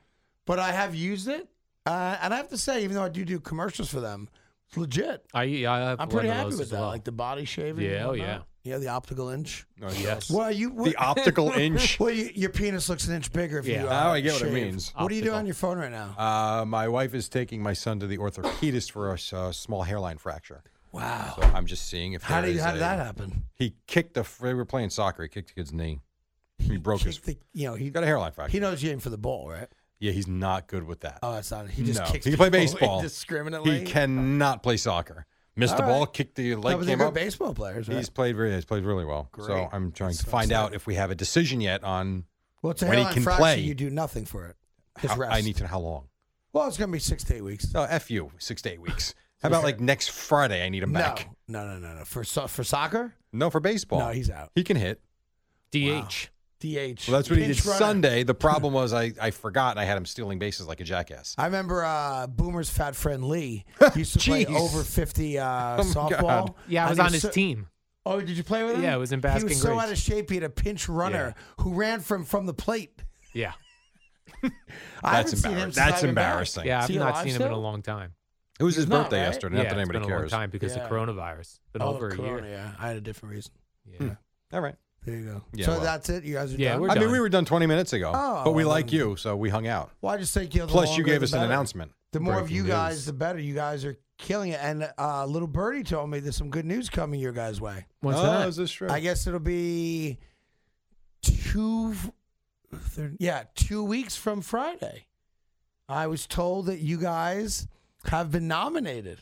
but I have used it, uh, and I have to say, even though I do do commercials for them, it's legit.
I, I have one
I'm pretty
of
happy
those
with
as
that,
well.
like the body shaving.
Yeah,
and
oh,
whatnot. yeah, the optical inch.
Oh,
yes.
What are you? What,
The
[LAUGHS]
optical inch.
well, you, your penis looks an inch bigger if
Yeah.
you. Uh,
Now I get what it
shave.
means.
What do you do
Optical.
on your phone right now?
Uh, my wife is taking my son to the orthopedist for a s- uh, small hairline fracture.
Wow.
So I'm just seeing if
How
there
did
is
how did
a-
that happen?
He kicked the. We were playing soccer. He kicked the kid's knee. He broke his.
Kick the- you know, he
He's got a hairline fracture.
He knows you aim for the ball, right?
yeah, he's not good with that.
Oh, that's not. He just
no,
kicks.
he can play
[LAUGHS] people
baseball.
indiscriminately.
He cannot play soccer. Missed the
All
ball,
right.
kicked the
No,
leg
but they're
came
good
up.
baseball players, right?
He's played really. He's played really well. So
Great.
I'm trying
That's
to
so
find out
exciting.
if we have a decision yet on.
well, it's a
when he
hairline
can
fracture.
play.
You do nothing for it. His
How,
rest.
I need to know how long.
Well, it's gonna be six to eight weeks.
So f you, six to eight weeks. How about like next Friday? I need him
No,
back.
no, no, no, no. For so, for soccer,
No, for baseball.
no, he's out.
he can hit.
DH.
DH.
Well, that's what he
Pinch
did
runner.
Sunday. The problem was I, I forgot and I had him stealing bases like a jackass.
I remember uh, Boomer's fat friend
[LAUGHS]
Lee He used to play
Jeez.
over fifty uh,
Oh, my
softball.
God.
Yeah, I
And
was
he
on his
so-
team.
Oh, did you play with him?
Yeah, I was in
He
Basking
was so
Ridge.
out of shape. He had a pinch runner who ran from from the plate.
Yeah.
I
That's
haven't seen him
embarrassing.
since
That's
I've been back.
embarrassing.
Yeah,
Is
I've
he
not
alive
seen him in a
still?
long time.
It was his
He's not,
birthday
right?
yesterday.
yeah,
not that
it's been
anybody
a
cares.
long time because
Yeah.
of coronavirus. Been
Oh,
over a
Corona,
year.
Yeah, I had a different reason.
Yeah.
All right.
There you go.
Yeah,
so
well.
that's it. You guys are
Yeah,
done.
we're
I mean,
done.
we were done 20 minutes ago,
Oh,
but we
well,
like
then-
you, so we hung out.
Well, I just think you. know, the
Plus, you
longer,
gave
the
us an
better.
announcement.
The more of
Breaking
you
news.
guys, the better. You guys are killing it. And uh, little birdie told me there's some good news coming your guys' way.
What's
oh,
that?
is this true?
I guess it'll be two, thir- yeah, two weeks from Friday. I was told that you guys have been nominated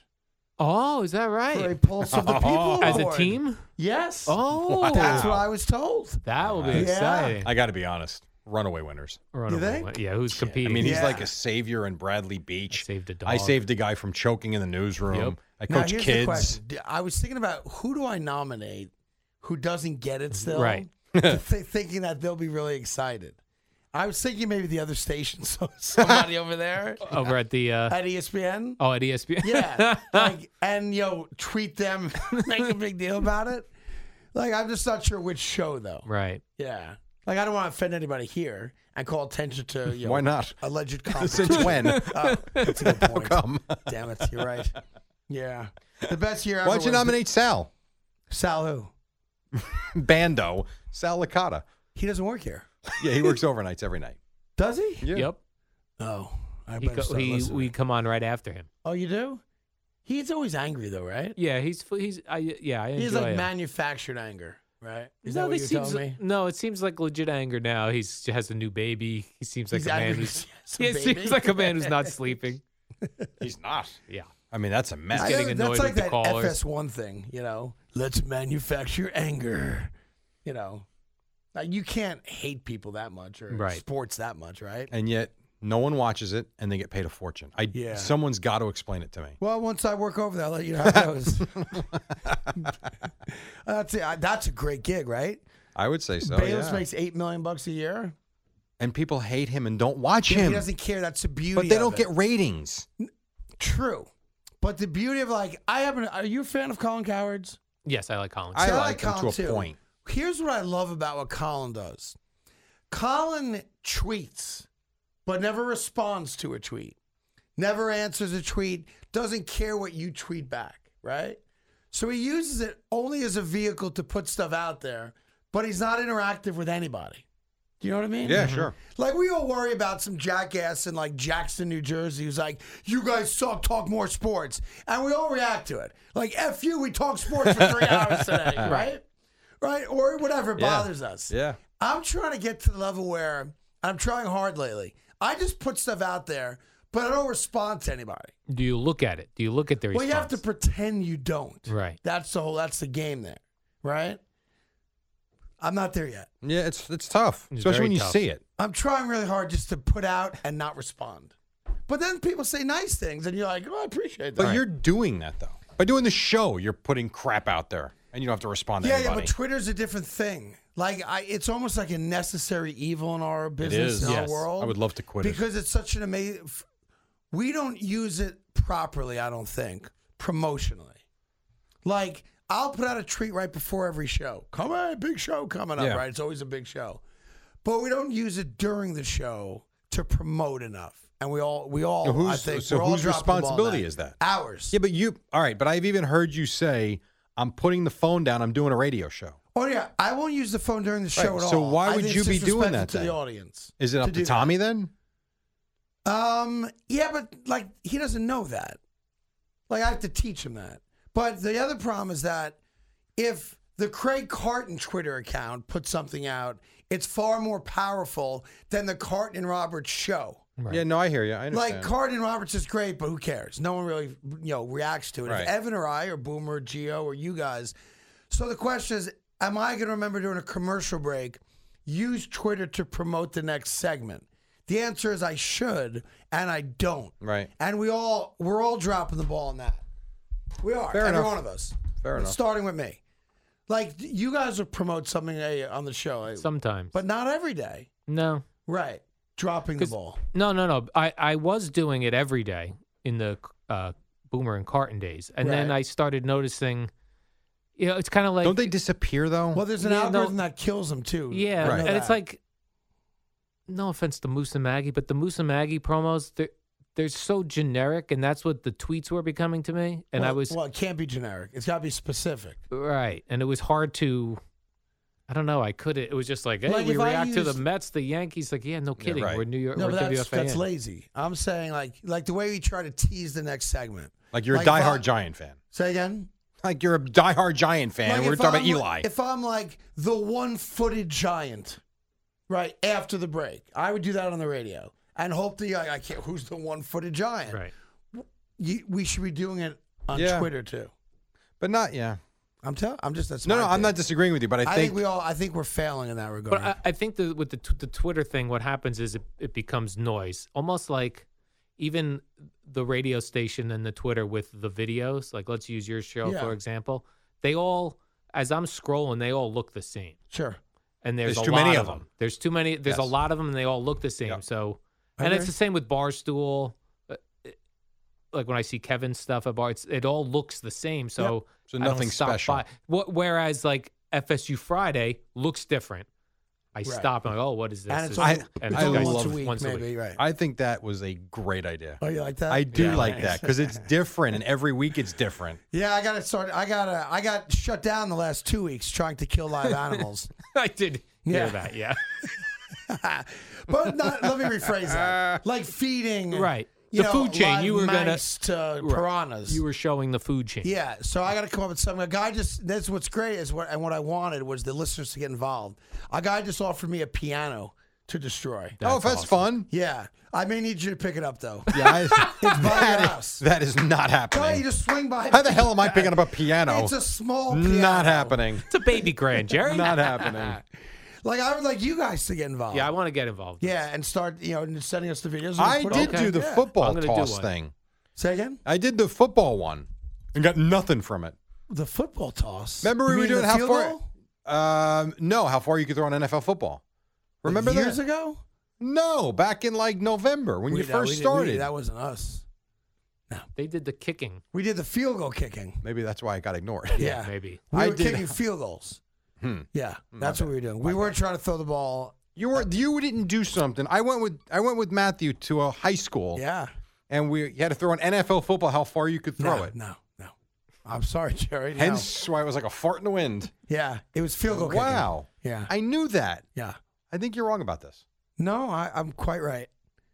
Oh, is that
for a
right? [LAUGHS]
Pulse of the People
As a
Award. [LAUGHS]
team?
Yes.
Oh,
That's what I was told.
that will be
Yeah.
exciting.
I got to be honest. Runaway winners.
Run
You
away
think?
with- Yeah, who's
I
competing?
mean, he's
[LAUGHS] Yeah.
like a savior in Bradley
I
Beach.
saved a dog.
I saved a guy from choking in the newsroom.
Yep.
I
Now,
coach
here's the
kids.
question. D- I was thinking about who do I nominate who doesn't get it still,
Right.
[LAUGHS]
[LAUGHS]
th- thinking that they'll be really excited. I was thinking maybe the other station, [LAUGHS] so somebody over there
over at the uh,
at E ESPN.
[LAUGHS] oh at ESPN. [LAUGHS]
[LAUGHS] Yeah, like and yo, tweet them, [LAUGHS] make a big deal about it. Like I'm just not sure which show though.
right.
Yeah, like I don't want to offend anybody here and call attention to you. know,
Why not?
[LAUGHS]
Alleged competition. [LAUGHS]
Since when?
Oh, that's a good
How
point.
come?
Damn it, you're right. Yeah, the best year ever.
Why don't you
was-
nominate Sal?
Sal who?
Bando. Sal Licata.
He doesn't work here.
Yeah, he works overnights every night.
Does he?
Yeah.
Yep.
Oh, I
He,
better
co-
start
he
listening.
we come on right after him.
Oh, you do? He's always angry though, right?
Yeah, he's f- he's I yeah I enjoy
He's like
him.
manufactured anger, right? Is
no,
that what
this
you
seems
told me?
no. It seems like legit anger now. He's he has a new baby. He seems like
He's
a man
angry [LAUGHS]
who's
because
[LAUGHS]
he
yeah,
has a
he
baby.
seems like a man who's
[LAUGHS]
not sleeping.
He's not.
Yeah,
I mean, that's a mess.
I
getting
know,
annoyed
That's like
with the
that
callers.
FS1 thing, you know. Let's manufacture anger. You know, like you can't hate people that much or
Right.
sports that much, right?
and yet no one watches it and they get paid a fortune. I
Yeah.
someone's got to explain it to me.
Well, once I work over there, I'll let you know how it
[LAUGHS]
goes. Uh, that's it. I- That's a great gig, right?
I would say so.
Bayless
Oh, yeah.
makes eight million bucks a year.
and people hate him and don't watch
He
him.
doesn't care. That's the beauty.
But they
of
don't
it.
get ratings.
True. But the beauty of like, I haven't. Are you a fan of Colin Cowards?
yes, I like Colin.
I
See, I
like
like
him
Colin
to a
too.
point.
Here's what I love about what Colin does Colin tweets, but never responds to a tweet, never answers a tweet, doesn't care what you tweet back, right? So he uses it only as a vehicle to put stuff out there, but he's not interactive with anybody. Do you know what I mean?
Yeah, sure.
Like we all worry about some jackass in like Jackson, New Jersey, who's like, "You guys suck. Talk more sports," and we all react to it. Like, "F you." We talk sports for three hours today, right? Right, or whatever bothers us.
Yeah.
I'm trying to get to the level where and I'm trying hard lately. I just put stuff out there, but I don't respond to anybody.
Do you look at it? Do you look at the
Well,
response?
you have to pretend you don't.
Right.
That's the whole. That's the game there, right? I'm not there yet.
Yeah, it's it's tough,
It's
especially
very
when you
tough.
see it.
I'm trying really hard just to put out and not respond. But then people say nice things, and you're like, oh, I appreciate that.
But you're doing that though. By doing the show, you're putting crap out there, and you don't have to respond to
yeah, yeah,
anybody.
but Twitter's a different thing. Like, I, it's almost like a necessary evil in our business,
is,
in
yes.
our world.
I would love to quit it.
because it's such an amazing. We don't use it properly, I don't think, promotionally. Like, I'll put out a tweet right before every show. Come on, big show coming up,
Yeah.
right? It's always a big show, but we don't use it during the show to promote enough. And we all, we all,
So whose-
I think,
so
we're all
whose
dropping the ball on
responsibility is that?
Ours.
yeah, but you. All right, but I've even heard you say, "I'm putting the phone down. I'm doing a radio show."
Oh yeah, I won't use the phone during the show
Right,
at all.
so why
I
would
think
you
it's
be doing
disrespectful
that
to
then?
the audience?
Is it up to,
do that.
Tommy then?
Um, yeah, but like he doesn't know that. Like I have to teach him that. But the other problem is that if the Craig Carton Twitter account puts something out, it's far more powerful than the Carton and Roberts show.
Yeah, no, I hear you. I understand.
Like Carden Roberts is great, but who cares? No one really you know reacts to it.
Right.
If Evan or I or Boomer or Geo or you guys. So the question is, am I going to remember during a commercial break use Twitter to promote the next segment? The answer is I should, and I don't.
Right.
And we all we're all dropping the ball on that. We are
Fair
every
enough.
one of us.
Fair
But
enough.
Starting with me. Like you guys will promote something eh, on the show, eh,
Sometimes.
but not every day.
no.
Right. Dropping the
'Cause-
ball.
No, no, no. I, I was doing it every day in the uh, Boomer and Carton days. And then
Right.
I started noticing, you know, it's kind of like.
don't they disappear though?
Well, there's an
Yeah, no.
algorithm that kills them too.
Yeah.
I
Right.
know
And it's
that.
like, no offense to Moose and Maggie, but the Moose and Maggie promos, they're, they're so generic. And that's what the tweets were becoming to me. And I
Well-
was.
well, it can't be generic. It's got to be specific.
Right. And it was hard to I don't know, I could it was just like, hey,
Like,
we
if I
react to the
used-
Mets, the Yankees, like, yeah, no kidding.
right.
We're New York
No,
we're
but that's,
WFAN.
that's lazy. I'm saying like like the way we try to tease the next segment.
like you're
Like,
a
if
diehard
I-
Giant fan.
Say again.
Like you're a diehard Giant fan,
Like,
and we're
if
talking
I'm
about Eli.
like- if I'm like the one-footed giant, right after the break, I would do that on the radio and hope the I, I can't. Who's the one-footed giant?
Right.
You, we should be doing it on
Yeah.
Twitter too.
but not, yeah.
I'm telling. I'm just that's
No,
my
no, I'm
take.
not disagreeing with you, but I
I
think,
think we all. I think we're failing in that regard.
But I, I think the, with the, t- the Twitter thing, what happens is it, it becomes noise, almost like even the radio station and the Twitter with the videos. Like, let's use your show
Yeah.
for example. They all, as I'm scrolling, they all look the same.
sure.
and there's,
There's
a
too
lot
many
of
of
them.
them.
There's too many. There's a
Yes.
lot of them, and they all look the same.
Yeah.
So, and it's
agree.
the same with Barstool. uh, it- Like when I see Kevin's stuff at Bar, it's, it all looks the same. So,
So
I don't
nothing
stop
special.
by. Wh- Whereas like FSU Friday looks different. I
Right.
stop and I'm like, oh, what is this?
And it's
This-
I-
only, it's
I
only
guys
once a
love
week,
once a
maybe.
week.
Right.
I think that was a great idea.
oh, you like that?
I do
Yeah.
like that because
[LAUGHS]
it's different, and every week it's different.
Yeah, I gotta start. I gotta. I got shut down the last two weeks trying to
[LAUGHS]
kill live animals.
[LAUGHS]
[LAUGHS]
I did
Yeah.
hear that.
[LAUGHS]
Yeah,
but not, let me rephrase
[LAUGHS]
that. Like feeding,
Right. The
You know,
food chain,
live
you were gonna-
mice to piranhas.
you were showing the food chain.
Yeah, so I got to come up with something. A guy just that's what's great is what and what I wanted was the listeners to get involved. A guy just offered me a piano to destroy.
oh, if that's fun.
Yeah, I may need you to pick it up though.
Yeah,
[LAUGHS]
I,
[LAUGHS]
by your
that, is,
house.
that is not
Guy, you
happening.
just swing by.
How the hell am I picking up a piano?
It's a small. Piano.
not happening.
it's a baby grand,
[LAUGHS]
Jerry. [LAUGHS]
Not happening.
Like I would like you guys to get involved.
yeah, I want to get involved.
Yeah, and start you know and sending us the videos.
I
We'll put
did
it-
do the
Yeah.
football
I'm gonna do
toss
one.
thing.
Say again.
I did the football one and got nothing from it.
The football toss.
Remember
You
we were
mean
doing
the
how
field
far?
goal?
Um, no, how far you could throw on NFL football. Remember
like years
that?
ago
No, back in like November when
We-
you
no, we
first
did- we-
started.
that wasn't us.
they did the kicking.
We did the field goal kicking.
Maybe that's why I got ignored. [LAUGHS]
Yeah,
maybe.
we
I
were
did-
kicking field goals.
Hmm.
Yeah, that's what we were doing. We weren't trying to throw the ball.
You were you didn't do something. I went with I went with Matthew to a high school
Yeah,
and we you had to throw an NFL football how far you could throw
no,
it.
No, no. I'm sorry, [LAUGHS] Jerry. no.
Hence why it was like a fart in the wind.
yeah, it was field goal.
Wow.
kicking. Yeah,
I knew that.
yeah.
I think you're wrong about this.
No, I, I'm quite right.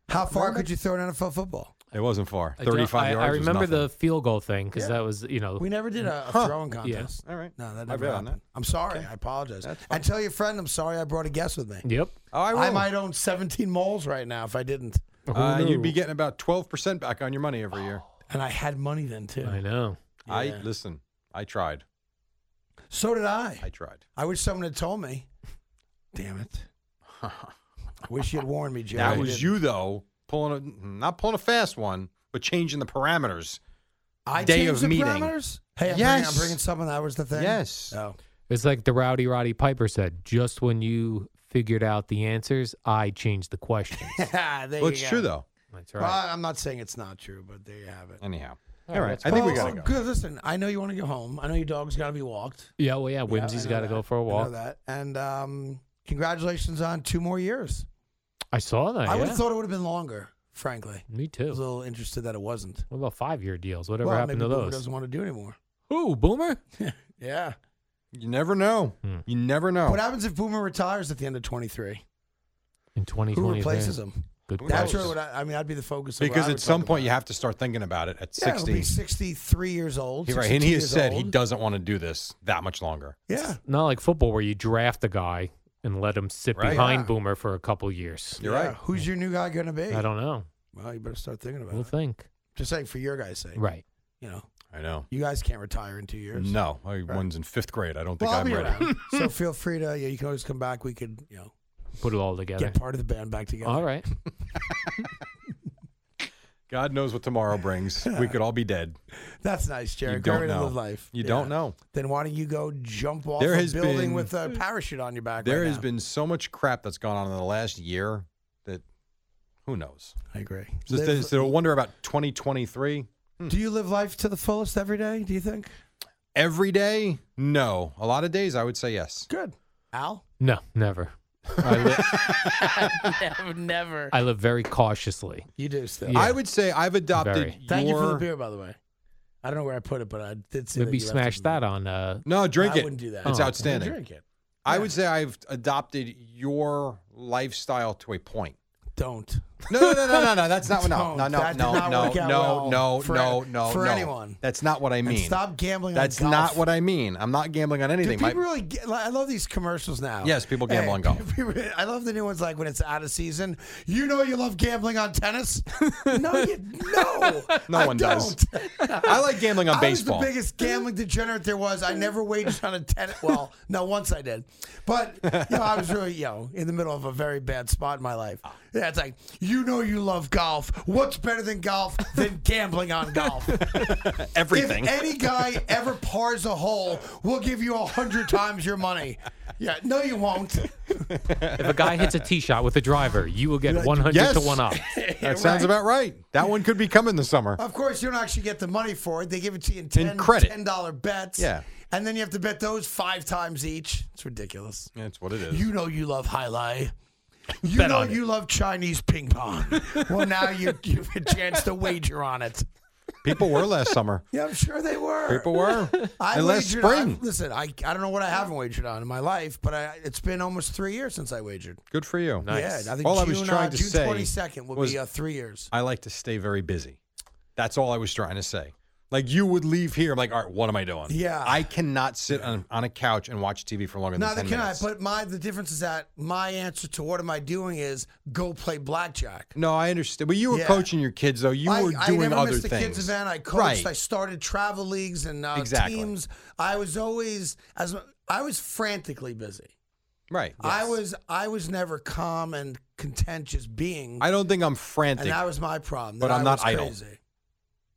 How far
Remember-
could you throw an NFL football?
It wasn't far.
I don't-
35
I,
yards.
I
was
remember the
nothing.
field goal thing because that was, you know,
We never did a, a throwing contest.
All right.
No, that
I
never
bet on
happened. I'm sorry. I apologize. And tell your friend I'm sorry I brought a guest with me.
yep.
that. Oh, I, will.
I might own 17 moles right now if I didn't.
Uh,
Who
you'd be
knew?
getting about 12% back on your
[GASPS]
money every year.
And I had money then too.
I know.
I
Yeah.
listen. I tried.
So did I.
I tried.
I wish someone had told me. Damn it. [LAUGHS] wish you had warned me, Jerry.
That
You
was
didn't.
you though, pulling a not pulling a fast one, but changing the parameters.
I
day
changed
of
the
meeting.
parameters? Hey, I'm, bringing, I'm
Yes.
bringing something. That was the thing.
Yes.
Oh. [LAUGHS]
It's like the Rowdy Roddy Piper said just when you figured out the answers, I changed the
[LAUGHS]
questions.
there
Well,
you
it's
go.
true though.
That's
Well,
right.
I'm not saying it's not true, but there you have it.
Anyhow,
All
all
right,
right.
that's
I think we
Well,
gotta go.
Good. Listen, I know you want to go home. I know your dog's got to be walked.
Yeah, well, yeah, Whimsy's
I know
got to
that.
go for
I
a
know
walk.
that. And um, congratulations on two more years.
I, saw that.
I would
Oh, yeah.
have thought it would have been longer, frankly.
Me
I was
too.
a little interested that it wasn't.
What about five year deals? Whatever
well,
happened
maybe
to
Boomer
those?
doesn't want to do anymore.
Ooh, Boomer?
Yeah.
You never know.
Hmm.
You never know.
What happens if Boomer retires at the end of 23?
In 2020.
Who replaces him?
Good
Who
That's
question.
knows?
really what I, I mean. I'd be the focus. Of
because at some point you have to start thinking about it at
yeah, he'll
60.
be 63 years old.
He- right, and
62
he has
years
said he
old.
doesn't want to do this that much longer.
Yeah.
Not like football where you draft a guy and let him sit
Right.
behind
Yeah.
Boomer for a couple years.
You're
Yeah.
right.
Who's your new guy going to be?
I don't know.
Well, you better start thinking about
We'll
it.
think.
Just saying for your guys' sake.
Right.
You know,
I know.
you guys can't retire in two years.
No, I, one's in fifth grade. I don't think
Well,
I'm
I'll be
ready.
around. so feel free to. Yeah, you can always come back. We could, you know,
Put it all together.
get part of the band back together.
All right.
[LAUGHS] God knows what tomorrow
[LAUGHS]
brings. we could all be dead.
That's nice, Jerry.
You don't
Great way to
know.
live life.
You
Yeah.
don't know.
Then why don't you go jump off
There
a
has
building
been-
with a
Hmm.
parachute on your back?
There
right
has
now?
been so much crap that's gone on in the last year that who knows.
I agree.
So,
Live- Hmm.
it's- so wonder about 2023
do you live life to the fullest every day? Do you think?
every day. No, a lot of days I would say yes.
Good. Al?
No, never. I live, [LAUGHS] never. I live very cautiously.
You do still.
Yeah.
I would say I've adopted.
Very.
Thank you for the
your-
beer, by the way. I don't know where I put it, but I did see
Maybe
that you
smash
left
that on. Uh,
No, drink
I
it.
wouldn't do that.
It's
Oh, okay.
outstanding.
Drink it.
I would say I've adopted your lifestyle to a point.
Don't.
No, no, no, no, no, no. That's not what. No,
[LAUGHS] Don't.
no, no,
That did
no,
not
no,
work out
no,
well
no,
for-
no, no.
for
no.
anyone.
That's not what I
And
mean.
stop gambling.
That's
on golf.
not what I mean. I'm not gambling on
Do
anything.
people
My-
really? Get, like, I love these commercials now.
Yes, people gamble on golf.
[LAUGHS] people- I love the new ones like when it's out of season. You know you love gambling
[LAUGHS]
on tennis. no, you no.
No
I
one does.
don't.
[LAUGHS] I like gambling [LAUGHS] on
I
baseball.
was the biggest gambling degenerate there was. I never wagered on a tennis. Well, [LAUGHS] no, once I did, but you know, I was really you know in the middle of a very bad spot in my life.
Ah.
Yeah, it's like you know you love golf. What's better than golf than gambling
[LAUGHS]
on golf?
Everything.
If
[LAUGHS]
any guy ever pars a hole, we'll give you a hundred times your money. Yeah, no, you won't.
if a guy hits a tee shot with a driver, you will get 100 to
Yes.
1
[LAUGHS]
up.
that
[LAUGHS]
sounds about right. That one could be coming this summer.
Of course, you don't actually get the money for it. They give it to you in ten
In credit.
ten dollar bets.
Yeah.
and then you have to bet those five times each. It's ridiculous.
That's what it is.
You know you love highlight. You
Bet
know
on it.
you love Chinese ping pong. well, now you, you've a chance to wager on it.
People were last summer.
Yeah, I'm sure they were.
People were.
[LAUGHS] I
and last
wagered on-
spring.
listen, I, I don't know what I haven't wagered on in my life, but I, it's been almost three years since I wagered.
Good for you.
Yeah, I think
All I
June,
was trying
uh,
to
June
say
22nd will
was-
be uh, three years.
I like to stay very busy. That's all I was trying to say. Like you would leave here, I'm like, all right, what am I doing?
Yeah.
I cannot sit on, on a couch and watch TV for longer than
Neither
10
can I.
minutes.
But my the difference is that my answer to what am I doing is go play blackjack.
no, I understand. But you were
Yeah.
coaching your kids, though. You
I,
were doing
I never
other
missed the
things.
kids event. I coached.
Right.
I started travel leagues and uh,
Exactly.
teams. I was always as I was frantically busy.
Right.
I
yes.
was I was never calm and contentious being,
I don't think I'm frantic.
and that was my problem.
But
that I
I'm not
was
idle.
Crazy.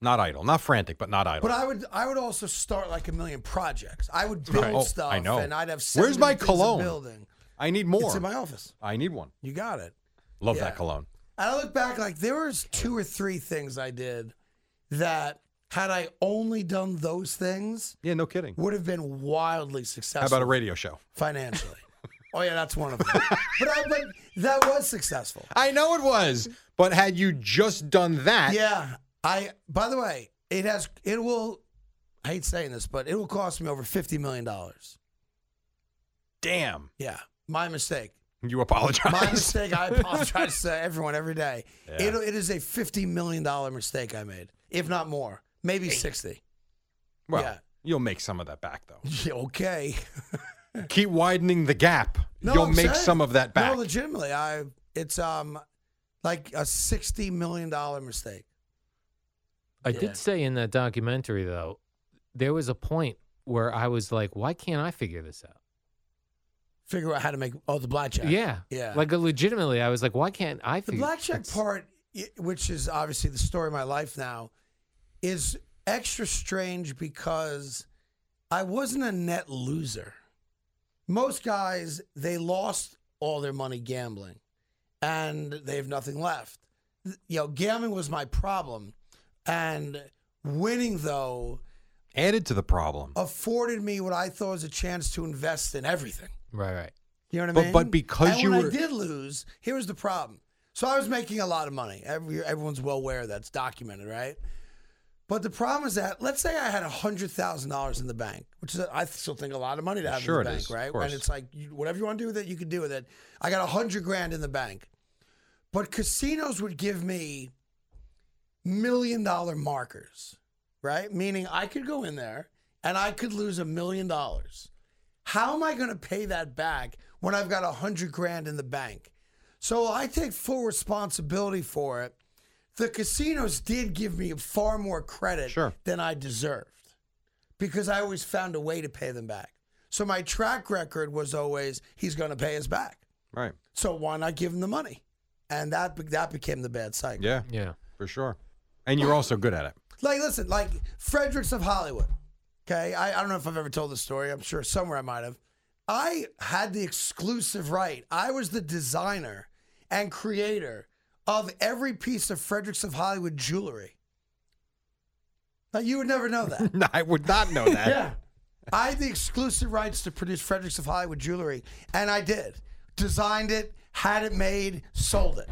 not idle. Not frantic, but not idle.
But I would I would also start like a million projects. I would build
Right. Oh,
stuff.
I know.
And I'd have.
Where's
70
my
things a
cologne?
Building.
I need more.
It's in my office.
I need one.
You got it.
Love
Yeah.
that cologne.
And I look back like there was two or three things I did that had I only done those things
Yeah, no kidding.
would have been wildly successful.
How about a radio show? [LAUGHS]
financially? oh yeah, that's one of them. but I but that was successful.
I know it was, but had you just done that,
Yeah. I by the way, it has it will I hate saying this, but it will cost me over fifty million dollars.
damn,
Yeah. My mistake.
you apologize.
[LAUGHS] My mistake. I apologize to everyone every day.
Yeah.
It, it is a fifty million dollar mistake I made, if not more, maybe sixty.
[LAUGHS] well,
yeah.
you'll make some of that back, though.
Yeah, okay.
Keep widening the gap.
No,
you'll
I'm
make
saying-
some of that back.
No, legitimately, I it's um like a sixty million dollar mistake.
I
Yeah.
did say in that documentary, though, there was a point where I was like, why can't I figure this out?
Figure out how to make oh the blackjack.
Yeah.
yeah.
Like uh, legitimately, I was like, why can't I
the
figure
blackjack
it's-
part, i- which is obviously the story of my life now, is extra strange because I wasn't a net loser. Most guys they lost all their money gambling, and they have nothing left. Th- You know, gambling was my problem, and winning though
Added to the problem.
Oh. afforded me what I thought was a chance to invest in everything.
Right, right.
You know what I
But-
mean?
but because
And
you
when
were-
I did lose, here was the problem. So I was making a lot of money. Every, everyone's well aware of that. It's documented, right? But the problem is that let's say I had hundred thousand dollars in the bank, which is I still think a lot of money to have
Sure
in the
it
bank,
is, of
right?
course.
And it's like you, whatever you want to do with it, you can do with it. I got a hundred grand in the bank, but casinos would give me million dollar markers, right? Meaning I could go in there and I could lose a million dollars. How am I going to pay that back when I've got a hundred grand in the bank? So I take full responsibility for it. The casinos did give me far more credit
Sure.
than I deserved because I always found a way to pay them back. So my track record was always he's going to pay us back.
Right.
So why not give him the money? And that be- that became the bad cycle.
Yeah,
Yeah.
for sure. And you're also good at it. [LAUGHS]
Like, listen, like Fredericks of Hollywood. Okay. I, I don't know if I've ever told this story. I'm sure somewhere I might have. I had the exclusive right. I was the designer and creator of every piece of Fredericks of Hollywood jewelry. Now, you would never know that.
I would not know that.
[LAUGHS] yeah. I had the exclusive rights to produce Fredericks of Hollywood jewelry, and I did. Designed it, had it made, sold it.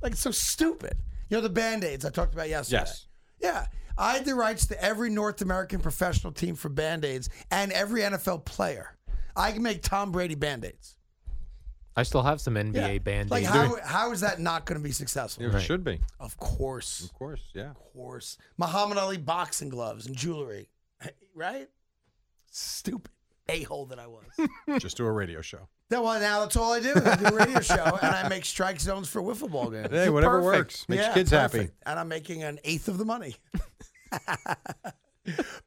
Like, it's so stupid. You know, the band aids I talked about yesterday.
Yes.
Yeah. I had the rights to every North American professional team for band aids and every NFL player. I can make Tom Brady band aids.
I still have some NBA
Yeah.
band
Like, how, how is that not going to be successful?
It should be,
Of course.
of course. Yeah.
Of course. Muhammad Ali boxing gloves and jewelry. [LAUGHS] Right? Stupid a hole that I was.
Just do a radio show.
[LAUGHS] That well, now that's all I do. I do a [LAUGHS] radio show and I make strike zones for wiffle ball games.
Hey, whatever
Perfect.
works makes
Yeah,
kids happy.
perfect. And I'm making an eighth of the money. [LAUGHS]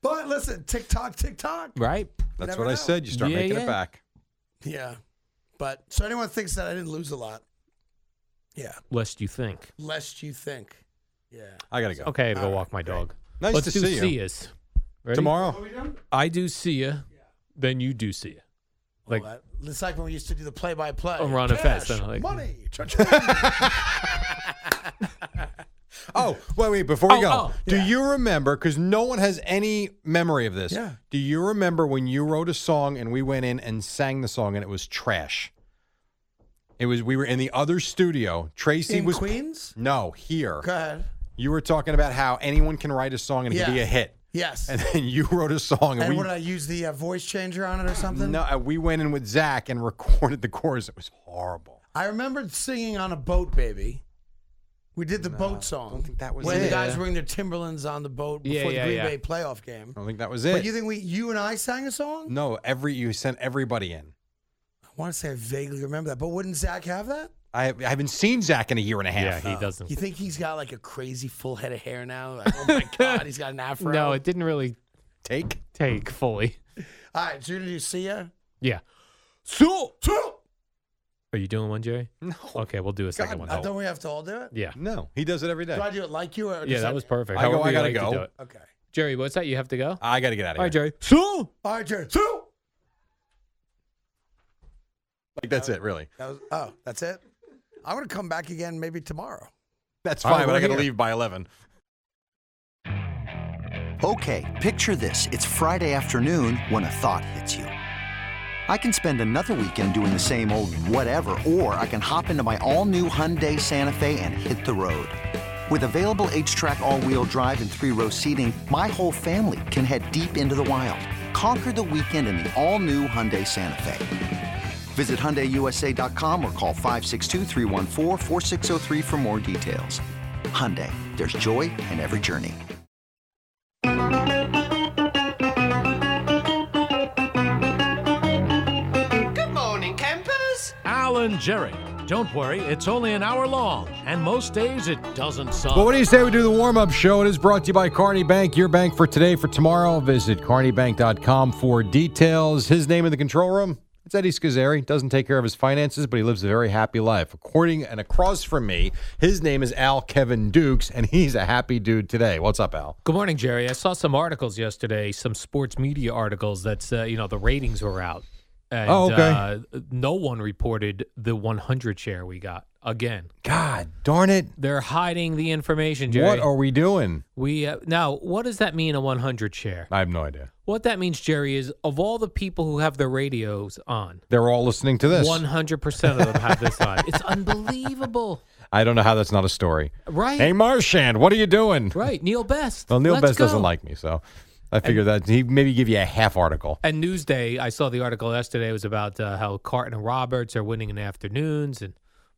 but listen, TikTok, TikTok.
Right?
That's
never
what I
know.
said. You start
Yeah,
making
yeah.
it back.
Yeah. But so anyone thinks that I didn't lose a lot. Yeah.
Lest you think.
Lest you think. Yeah.
I gotta go.
Okay, I gotta go walk my dog.
Nice
Let's
to
do
see you.
see us. Ready?
Tomorrow.
I do see ya, then you do see ya. Like-
Like, well, that- it's like when we used to do the play by play.
Oh, Ron and Fez, then, like-
money.
Oh, wait, wait. Before we
Oh,
go,
oh,
do you remember? Because no one has any memory of this.
Yeah.
Do you remember when you wrote a song and we went in and sang the song and it was trash? It was. We were in the other studio. Tracy
In
was.
Queens?
No, here.
Go ahead.
You were talking about how anyone can write a song and it can
Yeah.
be a hit,
Yes. [LAUGHS]
and
And,
then you [LAUGHS] wrote a song and, we.
what did I use the uh, voice changer on it or something?
no, uh, we went in with Zach and [LAUGHS] recorded the chorus. It was horrible.
I remembered singing on a boat, baby. We did the boat song.
think that was
when
it.
the guys were in their Timberlands on the boat
Yeah,
before the
yeah,
Green
yeah.
Bay playoff game.
I don't think that was it.
But you think we, you and I sang a song?
no, every you sent everybody in.
I want to say I vaguely remember that, but wouldn't Zach have that?
I, I haven't seen Zach in a year and a
Yeah,
half.
he doesn't.
You think he's got like a crazy full head of hair now? Like, oh my god, he's got an afro.
No, it didn't really
Take.
take fully.
All right, so you're gonna do see ya.
Yeah.
So,
Are you doing one, Jerry? No. Okay, we'll do a second
God,
one.
I
don't we have to all do it?
yeah.
Oh, No, he does it every
Do I
day.
do it like you? Or
Yeah,
just
that
like-
was perfect.
I go,
However
I
you
gotta
like to
go.
do it.
Okay.
Jerry, what's that? You have to go? All
I got to get out of
right,
here.
Jerry. So
All right, Jerry. So
Like that's it, really.
that was. Oh, that's it. I'm gonna come back again maybe tomorrow.
That's
All right,
fine, but I
we're
got to
here.
leave by eleven.
Okay, picture this. It's Friday afternoon when a thought hits you. I can spend another weekend doing the same old whatever, or I can hop into my all new Hyundai Santa Fe and hit the road. With available H track, all wheel drive, and three row seating, my whole family can head deep into the wild. Conquer the weekend in the all new Hyundai Santa Fe. Visit HyundaiUSA.com or call 562-314-4603 for more details. Hyundai, there's joy in every journey.
Good morning, campers.
Alan Jerry
Don't worry, it's only an hour long, and most days it doesn't suck.
But what do you say we do the warm up show? It is brought to you by Carney Bank, your bank for today, for tomorrow. Visit carneybank.com for details. His name in the control room? It's Eddie Scazzeri. Doesn't take care of his finances, but he lives a very happy life. According and across from me, his name is Al Kevin Dukes, and he's a happy dude today. What's up, Al?
Good morning, Jerry. I saw some articles yesterday, some sports media articles that uh, you know the ratings were out, and
Oh, okay.
uh, no one reported the 100 share we got. Again,
God darn it.
they're hiding the information, Jerry.
What are we doing?
we uh, now? What does that mean? A 100 share?
I have no idea.
What that means, Jerry, is of all the people who have their radios on,
They're all listening to this.
100 percent of them have this
[LAUGHS]
on. It's unbelievable,
I don't know how that's not a story.
right?
Hey, Marshand, what are you doing?
Right, Neil Best.
Well, Neil
Let's
Best doesn't
go.
like me, so I figured that he maybe give you a half article.
And Newsday, I saw the article yesterday. It was about uh, how Carton and Roberts are winning in afternoons and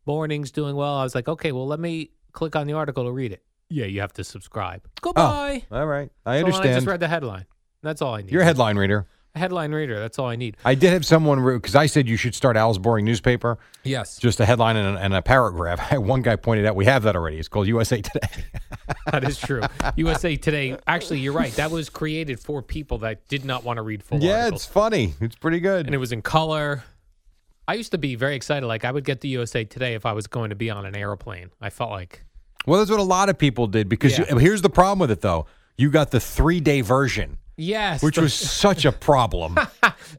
mornings doing well. I was like, okay, well, let me click on the article to read it. Yeah, you have to subscribe. Goodbye.
All right, Oh, I
So I just
understand.
read the headline. That's all I need.
You're a headline reader.
A headline reader. That's all I need.
I did have someone because I said you should start Al's boring newspaper,
Yes,
just a headline and a, and a paragraph. [LAUGHS] One guy pointed out we have that already. It's called USA Today.
[LAUGHS]
[LAUGHS]
that is true. USA Today. Actually, you're right. That was created for people that did not want to read full
yeah,
articles.
it's funny. It's pretty good.
and it was in color. I used to be very excited. Like I would get the USA Today if I was going to be on an airplane. I felt like
well, that's what a lot of people did because
Yeah.
you, here's the problem with it though. You got the three day version,
yes,
which
the- [LAUGHS]
was such a problem.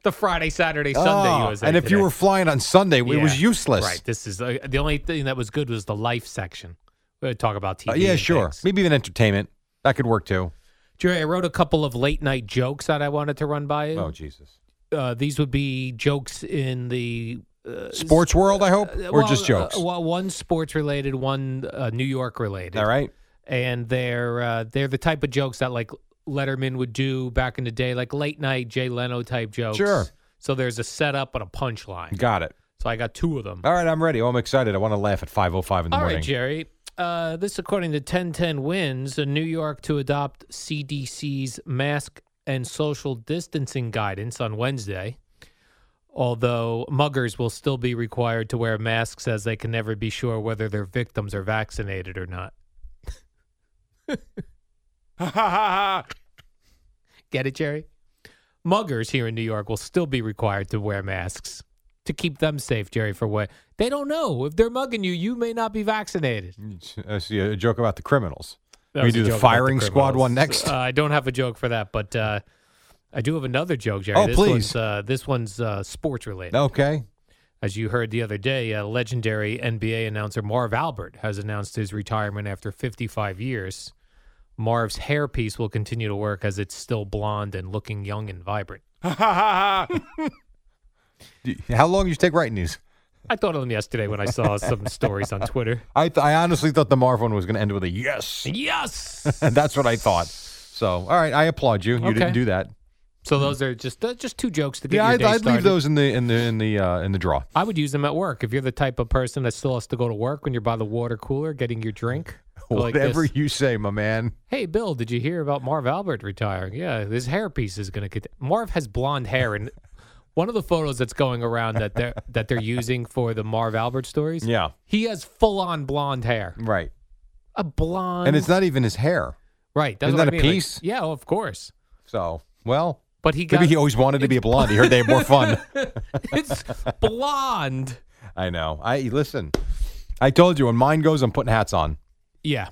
the Friday, Saturday, Sunday
Oh,
USA.
and if you
Today.
were flying on Sunday, it was
Yeah.
useless.
right? This is uh, the only thing that was good was the life section. We would talk about TV.
Uh, yeah,
and
sure.
things.
Maybe even entertainment. That could work too.
Jerry, I wrote a couple of late night jokes that I wanted to run by you.
Oh, Jesus.
Uh, these would be jokes in the uh,
Sports world, I hope,
uh,
or
well,
just jokes.
Uh, well, one sports related, one uh, New York related.
All right.
and they're uh, they're the type of jokes that like Letterman would do back in the day, like late night Jay Leno type jokes.
Sure.
So there's a setup and a punchline.
Got it.
So I got two of them.
All right, I'm ready. Oh, I'm excited. I want to laugh at 5:05 in the
All
morning.
right, Jerry. Uh, this, according to 1010 Wins, in New York to adopt CDC's mask and social distancing guidance on Wednesday. Although muggers will still be required to wear masks as they can never be sure whether their victims are vaccinated or
[LAUGHS]
not. Get it, Jerry? Muggers here in New York will still be required to wear masks to keep them safe, Jerry, for what? They don't know. If they're mugging you, you may not be vaccinated.
[LAUGHS] I see a joke about the criminals.
That
We
was
do
a
the
joke about
firing squad
criminals.
one next?
Uh, I don't have a joke for that, but uh, I do have another joke, Jerry.
Oh,
this
please.
One's, uh, this one's uh, sports related. [LAUGHS]
Okay.
As you heard the other day, uh, legendary NBA announcer Marv Albert has announced his retirement after 55 years. Marv's hairpiece will continue to work as it's still blonde and looking young and vibrant.
Do- How long do you take writing these?
I thought of him yesterday when I saw
[LAUGHS]
some stories on Twitter.
I, th- I honestly thought the Marv one was going to end with a yes. [LAUGHS]
Yes.
That's what I thought. So, all right, I applaud you. You didn't
Okay.
do that.
So those are just uh, just two jokes to get
Hmm. Yeah,
your
I'd,
day
I'd leave
started.
those in the in the in the uh, in the draw.
I would use them at work. If you're the type of person that still has to go to work when you're by the water cooler getting your
[LAUGHS]
drink, go like this.
Whatever you say, my man.
Hey, Bill, did you hear about Marv Albert retiring? Yeah, his hairpiece is going to get. Marv has blonde hair, and one of the photos that's going around that they're [LAUGHS] that they're using for the Marv Albert stories.
Yeah.
he has full on blonde hair.
Right.
A blonde,
And it's not even his hair.
right. That's
isn't
what
that
I
a
mean, like-
piece?
yeah, well, of course.
So, well,
But he got
maybe he always wanted to be a blonde. He heard they had more fun.
[LAUGHS]
[LAUGHS]
it's blonde.
I know. I listen. I told you when mine goes, I'm putting hats on.
Yeah.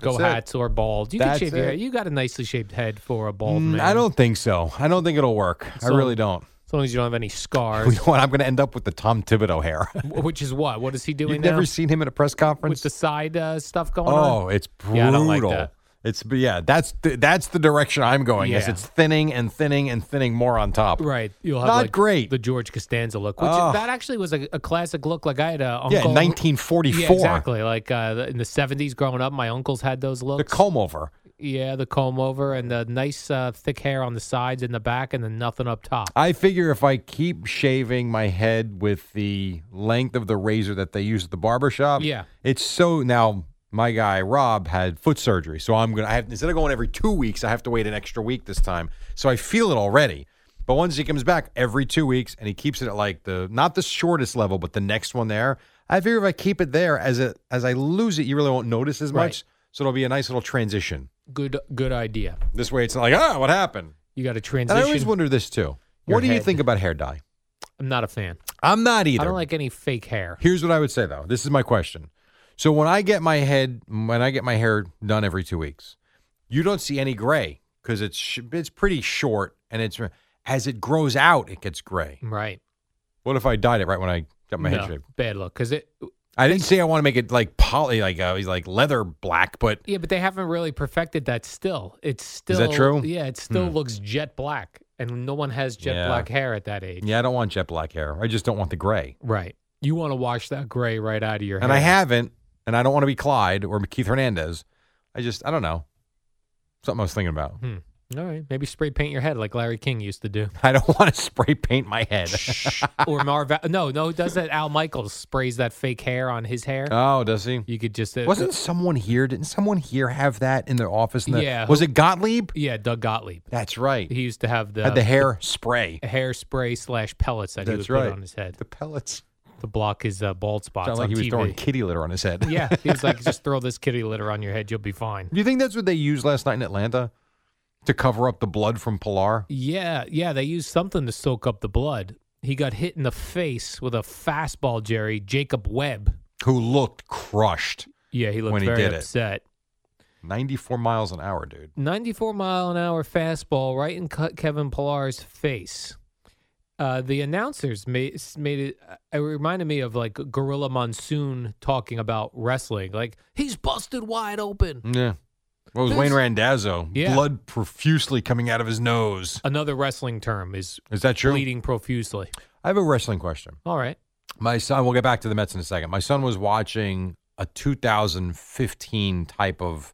Go
That's it.
hats or bald. You
That's
can shave your
it.
hair. You got a nicely shaped head for a bald
Mm,
man.
I don't think so. I don't think it'll work. I
So-
really don't.
As long as you don't have any
You
scars,
know what? I'm going to end up with the Tom Thibodeau hair.
which is what? What is he doing
[LAUGHS] You've
now?
never seen him at a press
With
conference.
the side uh, stuff going on.
oh, it's brutal.
Yeah, I don't like that.
It's but yeah. That's the, that's the direction I'm going. Yes,
Yeah.
it's thinning and thinning and thinning more on top.
Right. You'll have
Not
like,
great.
the George Costanza look, which
Oh.
that actually was a, a classic look. Like I had a uncle.
Yeah, 1944.
Yeah, exactly. Like uh, the- in the 70s growing up, my uncles had those
The
looks.
comb over.
yeah, the comb over and the nice uh, thick hair on the sides and the back and then nothing up top.
I figure if I keep shaving my head with the length of the razor that they use at the barber shop,
Yeah.
it's so now. My guy Rob had foot surgery, so I'm gonna. I have instead of going every two weeks, I have to wait an extra week this time. So I feel it already. But once he comes back every two weeks, and he keeps it at like the not the shortest level, but the next one there, I figure if I keep it there as it as I lose it, you really won't notice as
Right.
much. So it'll be a nice little transition.
Good good idea.
This way, it's not like ah, what happened.
You got to
And
transition.
I always wonder this too.
Your
what do you
head.
think about hair dye?
I'm not a fan.
I'm not either.
I don't like any fake hair.
Here's what I would say though. This is my question. So when I get my head, when I get my hair done every two weeks, you don't see any gray because it's sh- it's pretty short and it's as it grows out, it gets gray.
Right.
What if I dyed it right when I got my
No,
head shaved?
bad look because it.
I didn't say I want to make it like poly, like uh, like leather black, but
Yeah, but they haven't really perfected that. Still, it's still.
that true?
Yeah, it still
Hmm.
looks jet black, and no one has jet
Yeah.
black hair at that age.
yeah, I don't want jet black hair. I just don't want the gray,
Right. You want to wash that gray right out of your
and
hair.
I haven't, and I don't want to be Clyde or Keith Hernandez. I just I don't know. Something I was thinking about.
Hmm. All right, maybe spray paint your head like Larry King used to do,
[LAUGHS] I don't want to spray paint my
[LAUGHS]
head.
or Marv. No, no, does that? Al Michaels sprays that fake hair on his [LAUGHS] hair.
oh, does he?
you could just uh,
Wasn't someone here? Didn't someone here have that in their office? In the,
Yeah,
Was
who-
it Gottlieb?
uh, yeah, Doug Gottlieb.
That's right.
He
He
used to have the
had the hair spray.
hairspray slash pellets that he would
That's
put
right.
on his head
The pellets.
to block his uh, bald spots.
Sounded like
on
he was
TV.
throwing kitty litter on his head.
[LAUGHS] yeah, he was like, just throw this kitty litter on your head, you'll be fine.
Do you think that's what they used last night in Atlanta to cover up the blood from Pilar?
Yeah, yeah, they used something to soak up the blood. He got hit in the face with a fastball, Jerry Jacob Webb.
Who looked crushed.
Yeah, he looked
When he
very
did it.
upset.
94 miles an hour, dude.
94 mile an hour fastball right in Ke- Kevin Pillar's face. Uh, the announcers made made it. uh, It reminded me of like Gorilla Monsoon talking about wrestling. Like he's busted wide open.
Yeah. What was
This-
Wayne Randazzo?
Yeah.
Blood profusely coming out of his nose.
Another wrestling term is
Is that true?
bleeding profusely.
I have a wrestling question.
All right,
My son, we'll get back to the Mets in a second. My son was watching a 2015 type of,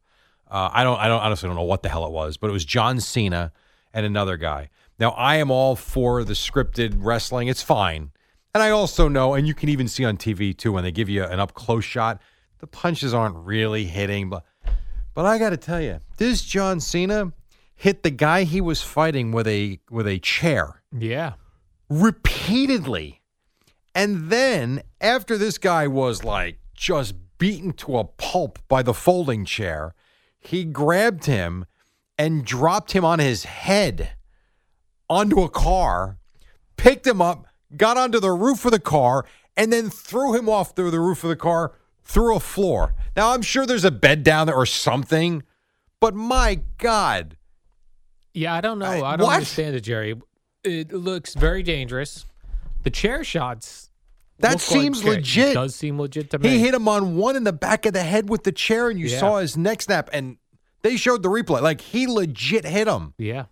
uh, I don't, I don't, honestly don't know what the hell it was, but it was John Cena and another guy. Now I am all for the scripted wrestling; it's fine, and I also know, and you can even see on TV too when they give you an up close shot, the punches aren't really hitting, but. But I got to tell you, this John Cena hit the guy he was fighting with a with a chair
yeah,
repeatedly. And then after this guy was like just beaten to a pulp by the folding chair, he grabbed him and dropped him on his head onto a car, picked him up, got onto the roof of the car, and then threw him off through the roof of the car through a floor. Now I'm sure there's a bed down there or something, but my God.
yeah. I don't know.
I-
I, don't
what?
understand it, Jerry. It looks very dangerous. The chair shots.
That
look
seems
like,
legit.
It does seem legit to me.
He hit him on one in the back of the head with the chair, and you
Yeah.
saw his neck snap. And they showed the replay. Like he legit hit him.
Yeah.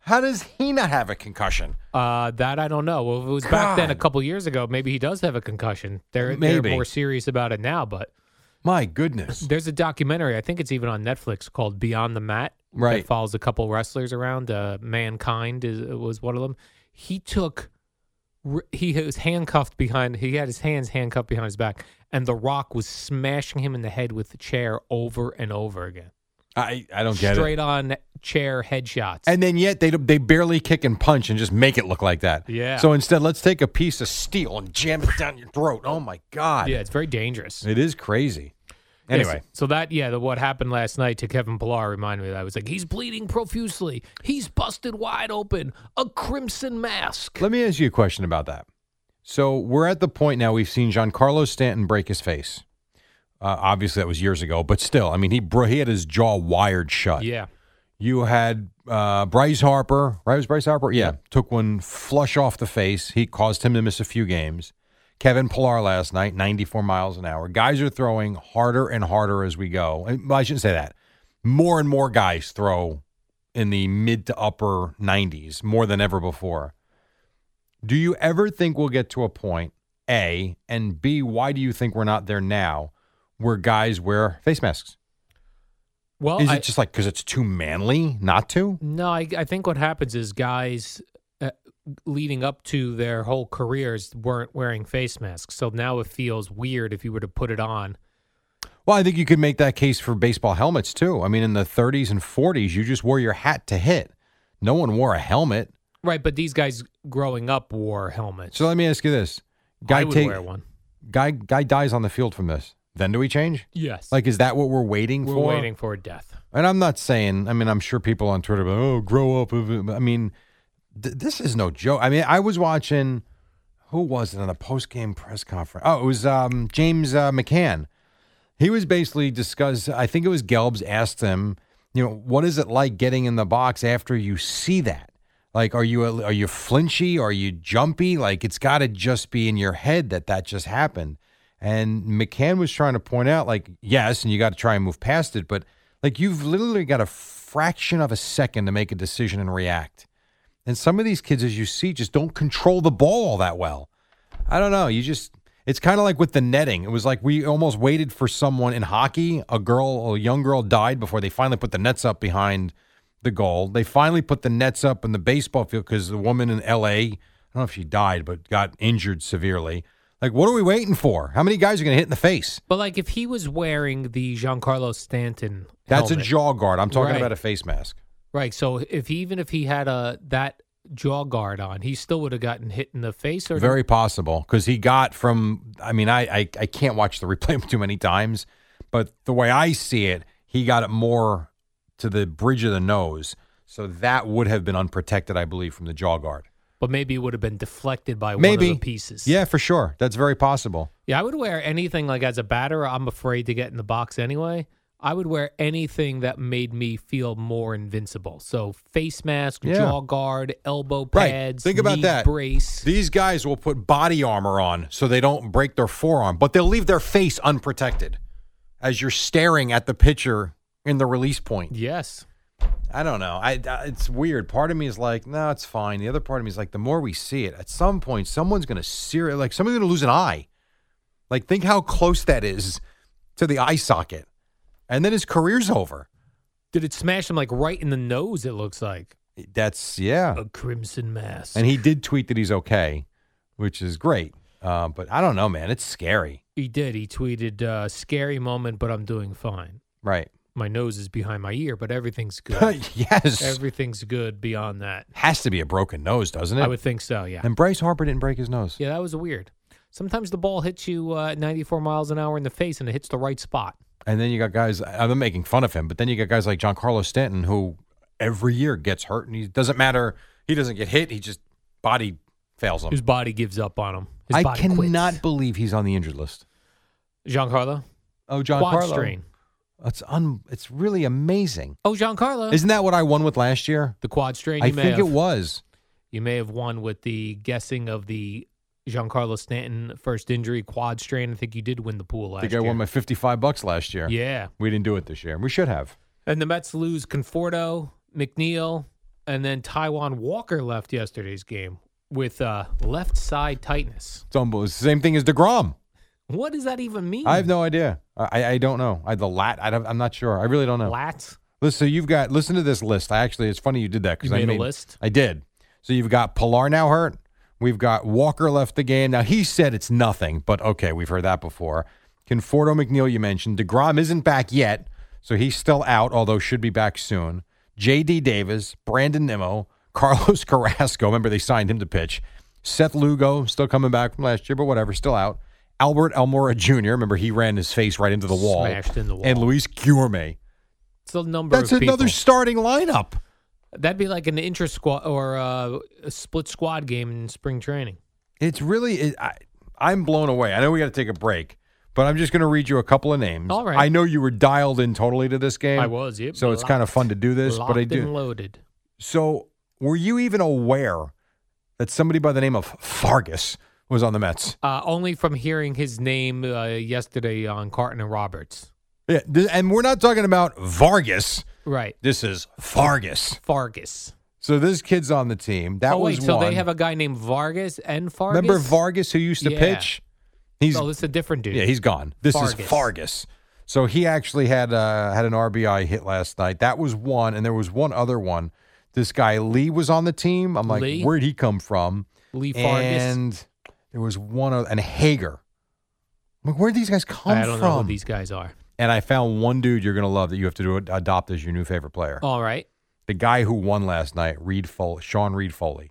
How does he not have a concussion?
Uh, that I don't know. Well, if it was back then a
God.
couple years ago, maybe he does have a concussion. They're,
Maybe.
they're more serious about it now, but
My goodness.
there's a documentary, I think it's even on Netflix, called Beyond the Mat.
Right.
That follows a couple wrestlers around. Uh, Mankind is, was one of them. He took, r- he was handcuffed behind, he had his hands handcuffed behind his back, and The Rock was smashing him in the head with the chair over and over again.
I, I don't get
Straight
it.
on chair headshots.
And then yet they they barely kick and punch and just make it look like that.
Yeah.
So instead, let's take a piece of steel and jam it down your throat. Oh my God.
yeah, it's very dangerous.
It is crazy.
Yes,
Anyway,
so that yeah, the, what happened last night to Kevin Pillar reminded me of that I was like he's bleeding profusely, he's busted wide open, a crimson mask.
let me ask you a question about that. So we're at the point now we've seen Giancarlo Stanton break his face. Uh, obviously, that was years ago, but still, I mean, he bro- he had his jaw wired shut.
yeah,
You had uh, Bryce Harper, right? It was Bryce Harper? Yeah. Took one flush off the face. He caused him to miss a few games. Kevin Pillar last night, 94 miles an hour. Guys are throwing harder and harder as we go. And- Well, I shouldn't say that. More and more guys throw in the mid to upper 90s, more than ever before. Do you ever think we'll get to a point, A, and B, why do you think we're not there now where guys wear face masks?
well,
Is
I,
it just like because it's too manly not to?
no, I, I think what happens is guys uh, leading up to their whole careers weren't wearing face masks, so now it feels weird if you were to put it on.
Well, I think you could make that case for baseball helmets too. I mean, in the 30s and 40s, you just wore your hat to hit. No one wore a helmet.
Right, but these guys growing up wore helmets.
So let me ask you this:
I
guy
would
take
wear one.
guy guy dies on the field from this. Then do we change?
Yes.
Like, is that what we're waiting
we're
for?
waiting for a death.
And I'm not saying. I mean, I'm sure people on Twitter, are like, oh, grow up. I mean, th- this is no joke. I mean, I was watching. Who was it on a post game press conference? Oh, it was um, James uh, McCann. He was basically discussed. I think it was Gelbs asked him, you know, what is it like getting in the box after you see that? Like, are you are you flinchy? Are you jumpy? Like, it's got to just be in your head that that just happened. And McCann was trying to point out, like, yes, and you got to try and move past it, but like you've literally got a fraction of a second to make a decision and react. And some of these kids, as you see, just don't control the ball all that well. I don't know. You just, it's kind of like with the netting. It was like we almost waited for someone in hockey. A girl, a young girl died before they finally put the nets up behind the goal. They finally put the nets up in the baseball field because the woman in LA, I don't know if she died, but got injured severely. Like, what are we waiting for? How many guys are going to hit in the face?
But like, if he was wearing the Giancarlo Stanton,
That's a
helmet,
jaw guard. I'm talking
Right.
about a face mask.
Right. So if even if he had a that jaw guard on, he still would have gotten hit in the face or
Very possible because he got from. I mean, I, I I can't watch the [LAUGHS] replay too many times, but the way I see it, he got it more to the bridge of the nose, so that would have been unprotected, I believe, from the jaw guard.
but maybe it would have been deflected by
Maybe
one of the pieces.
Yeah, for sure. That's very possible.
Yeah, I would wear anything like as a batter, I'm afraid to get in the box anyway. I would wear anything that made me feel more invincible. So face mask,
Yeah.
jaw guard, elbow
Right.
pads,
Think about
knee
that.
brace.
These guys will put body armor on so they don't break their forearm, but they'll leave their face unprotected as you're staring at the pitcher in the release point.
yes.
I don't know. I, I- it's weird. Part of me is like, no, it's fine. The other part of me is like, the more we see it, at some point, someone's gonna seri- like someone's gonna lose an eye. Like, think how close that is to the eye socket, and then his career's over.
Did it smash him like right in the nose? It looks like
That's yeah.
a crimson mask.
And he did tweet that he's okay, which is great. Uh, but I don't know, man. It's scary,
He did. He tweeted, uh, "Scary moment, but I'm doing fine.
right?
My nose is behind my ear, but
[LAUGHS]
everything's good.
yes,
Everything's good beyond that.
has to be a broken nose, doesn't it?
I would think so. Yeah.
and Bryce Harper didn't break his nose.
Yeah, that was weird. Sometimes the ball hits you uh, at 94 miles an hour in the face, and it hits the right spot.
And then you got guys. I'm making fun of him, but then you got guys like John Carlos Stanton, who every year gets hurt, and he doesn't matter. He doesn't get hit. He just body fails him.
His body gives up on him. His
I
body
cannot
quits.
believe he's on the injured list.
Giancarlo
Oh, John
quad
Carlos.
strain.
It's un. It's really amazing.
Oh, Giancarlo.
Isn't that what I won with last year?
the quad strain?
I
you may
think
have,
it was.
You may have won with the guessing of the Giancarlo Stanton first injury quad strain. I think you did win the pool
I
last
think
year.
I won my 55 bucks last year.
Yeah.
We didn't do it this year. We should have.
And the Mets lose Conforto, McNeil, and then Taiwan Walker left yesterday's game with uh, left side tightness.
It's unbelievable. Same thing as Degrom.
What does that even mean?
I have no idea. I, I don't know. I the lat. I don't, I'm not sure. I really don't know.
lats.
Listen, so you've got listen to this list. I actually, it's funny you did that because
You
I
made a
made
list?
I did. So you've got Pilar now hurt. We've got Walker left the game. Now he said it's nothing, but okay, we've heard that before. Conforto McNeil, you mentioned Degrom isn't back yet, so he's still out, although should be back soon. J.D. Davis, Brandon Nimmo, [LAUGHS] Carlos Carrasco. Remember they signed him to pitch. Seth Lugo still coming back from last year, but whatever, still out. Albert Elmora Jr. Remember he ran his face right into the wall,
Smashed in the wall.
and Luis Guillorme.
It's a number
That's
of people.
another starting lineup.
That'd be like an intra squad or uh, a split squad game in spring training.
It's really it, I, I'm blown away. I know we got to take a break, but I'm just going to read you a couple of names.
All right.
I know you were dialed in totally to this game.
I was. Yep.
So it's kind of fun to do this,
Locked
but I
and
do.
loaded.
so were you even aware that somebody by the name of Fargus was on the Mets?
Uh, only from hearing his name uh, yesterday on Carton and Roberts.
Yeah, th- and we're not talking about Vargas.
Right.
This is Fargus.
Vargas.
So this kid's on the team. That
oh wait,
was
so
one.
they have a guy named Vargas and Fargas.
Remember Vargas who used to
Yeah.
pitch? He's
Oh, it's a different dude.
Yeah, he's gone. This is
Fargus.
Fargus. So he actually had uh, had an RBI hit last night. That was one, and there was one other one. This guy Lee was on the team. I'm like,
Lee?
where'd he come from?
Lee Fargas.
And there was one other, and Hager. I'm like, where'd these guys come
I don't
from?
know who these guys are.
And I found one dude you're gonna love that you have to do, adopt as your
Oh.
new favorite player.
All right.
The guy who won last night, Reed Foley, Sean Reed Foley.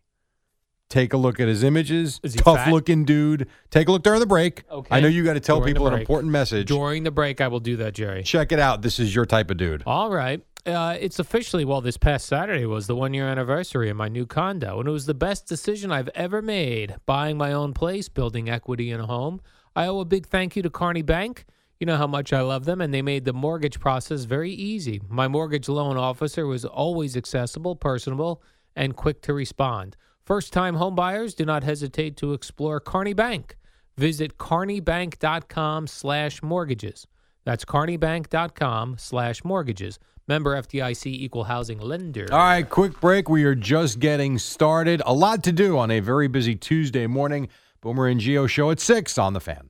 Take a look at his images.
Is he
Tough
fat?
looking dude. Take a look during the break. I
Okay.
know you got to tell
During the
people an
break.
important message.
During the break, I will do that, Jerry.
Check it out. This is your type of dude.
All right. Uh, it's officially, well, this past Saturday was the one year anniversary of my new condo, and it was the best decision I've ever made buying my own place, building equity in a home. I owe a big thank you to Carney Bank. You know how much I love them, and they made the mortgage process very easy. My mortgage loan officer was always accessible, personable, and quick to respond. First time home buyers do not hesitate to explore Carney Bank. Visit carneybank.com slash mortgages. That's carneybank.com slash mortgages. Member FDIC equal housing lender.
All right, quick break. We are just getting started. A lot to do on a very busy Tuesday morning. Boomer and Geo show at 6 on the fan.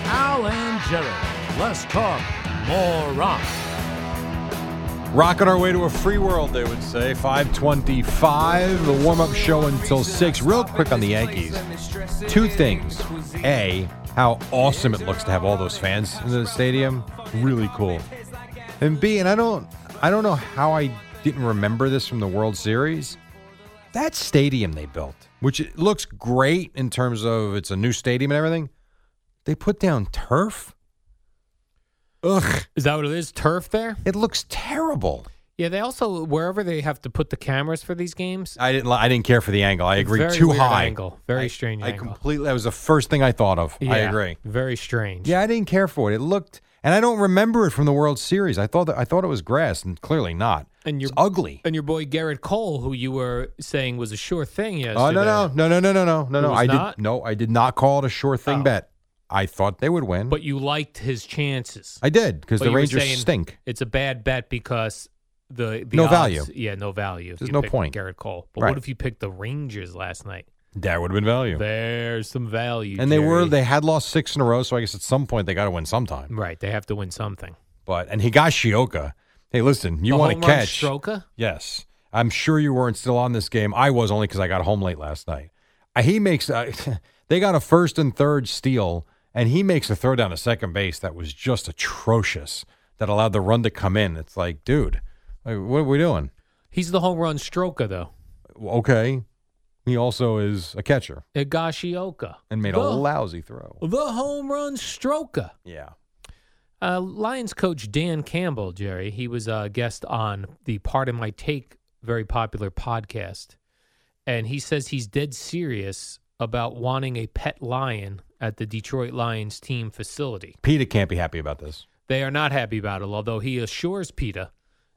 Al and Jerry. Less talk, more rock.
Rocking our way to a free world, they would say. 525, the warm up show until 6. Real quick on the Yankees. Two things. A, how awesome it looks to have all those fans in the stadium. Really cool. And B, and I don't I don't know how I didn't remember this from the World Series. That stadium they built, which it looks great in terms of it's a new stadium and everything. They put down turf. Ugh,
Is that what it is? Turf there?
it looks terrible.
Yeah, they also, wherever they have to put the cameras for these games,
I didn't. li- I didn't care for the angle. I agree.
Very
Too
weird
high.
angle. Very
I-
strange
I
angle.
completely. That was the first thing I thought of. I
yeah,
agree.
Very strange.
Yeah, I didn't care for it. It looked, and I don't remember it from the World Series. I thought that I thought it was grass, and clearly not.
And
it's
your
ugly.
and your boy Garrett Cole, who you were saying was a sure thing yesterday.
Oh no no no no no no no no
It
no!
was
I
not?
did no. I did not call it a sure thing
Oh.
bet. I thought they would win,
But you liked his chances.
I did because
But
the
you were
Rangers
saying
stink.
It's a bad bet because the, the
No
odds-
value.
Yeah, no value. if
There's
you
no
pick
point.
Garrett Cole. But
Right.
what if you picked the Rangers last night?
That would have been value.
There's some value.
and they were
Jerry.
they had lost six in a row, so I guess at some point they got to win sometime.
right. They have to win something.
But and Higashioka, hey, listen, you
The
want to
home run
catch?
Stroka?
Yes. I'm sure you weren't still on this game. I was only because I got home late last night. Uh, He makes, uh, [LAUGHS] they got a first and third steal, and he makes a throw down to second base that was just atrocious that allowed the run to come in. It's like, dude, like, what are we doing?
He's the home run Stroka though.
Okay. He also is a catcher
Higashioka.
and made
the,
a lousy throw.
the home run Stroka.
Yeah.
Uh, Lions coach Dan Campbell, Jerry, he was a guest on the Part of My Take very popular podcast. And he says he's dead serious about wanting a pet lion at the Detroit Lions team facility.
PETA can't be happy about this.
They are not happy about it, although he assures PETA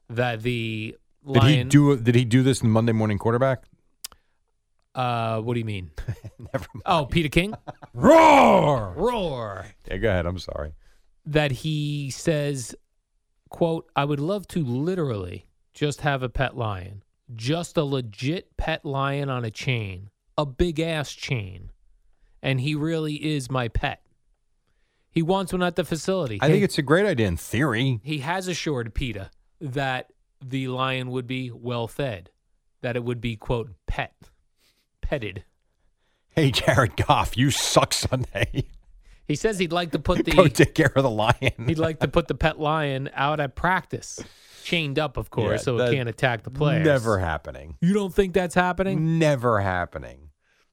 that the
Did
lion.
he do? Did he do this in Monday Morning Quarterback? [LAUGHS]
uh, what do you mean? [LAUGHS]
Never mind.
Oh, PETA King?
Roar!
Roar.
Yeah, go ahead. I'm sorry.
that he says, quote, I would love to literally just have a pet lion. Just a legit pet lion on a chain. A big ass chain. And he really is my pet. He wants one at the facility.
I think
He-
it's a great idea in theory.
he has assured PETA that the lion would be well fed, that it would be, quote, pet, petted.
Hey, Jared Goff, you suck Sunday.
He says he'd like to
[LAUGHS]
put the
Go take care of the
He'd
lion.
like to put the pet lion out at practice, chained up, of course,
Yeah,
so it
that-
can't attack the players.
Never happening.
You don't think that's happening?
Never happening.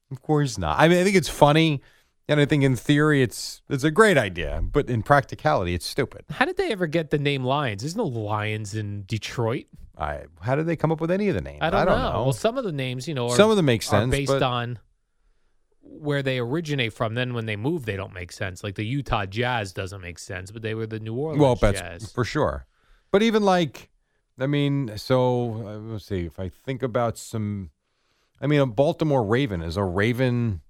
Of course not. I mean, I think it's funny, and I think in theory it's it's a great idea, but in practicality it's stupid.
How did they ever get the name Lions? There's no Lions in Detroit.
I how did they come up with any of the names?
I don't, know. Well, some of the names, you know, are,
Some of them make
are
sense,
based
but-
on where they originate from. Then when they move, they don't make sense. Like the Utah Jazz doesn't make sense, but they were the New Orleans
well, that's
Jazz.
for sure. But even like, I mean, so uh, let's see. If I think about some, I mean, a Baltimore Raven is a Raven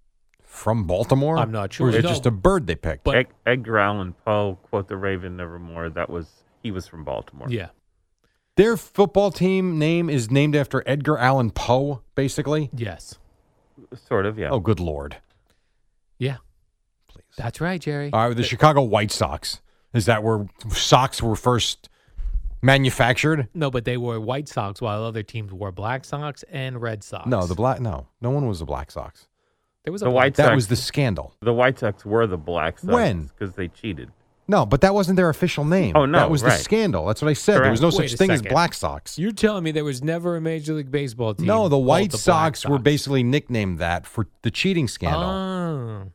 from Baltimore.
I'm not sure.
Or is it
No.
just a bird they picked?
But-
Ed, Edgar Allan Poe, quote the Raven nevermore. That was he was from Baltimore.
yeah.
Their football team name is named after Edgar Allan Poe, basically.
Yes.
Sort of, yeah.
Oh, good lord!
Yeah. Please. That's right, Jerry.
All right, Uh, the Chicago White Sox is that where socks were first manufactured?
No, but they wore white socks while other teams wore black socks and red socks.
No, the black. No, no one was the Black Sox.
there was a
The
black-
White
That
Sox.
was the scandal.
the White Sox were the Black Sox.
When?
Because they cheated.
No, but that wasn't their official name.
Oh, no,
that was the
right.
scandal. That's what I said. There was no
Correct. Wait
such
a
thing as
second.
Black Sox.
You're telling me there was never a Major League Baseball team?
No, the
called
White
Black
Sox, were
Sox.
basically nicknamed that for the cheating scandal
Oh,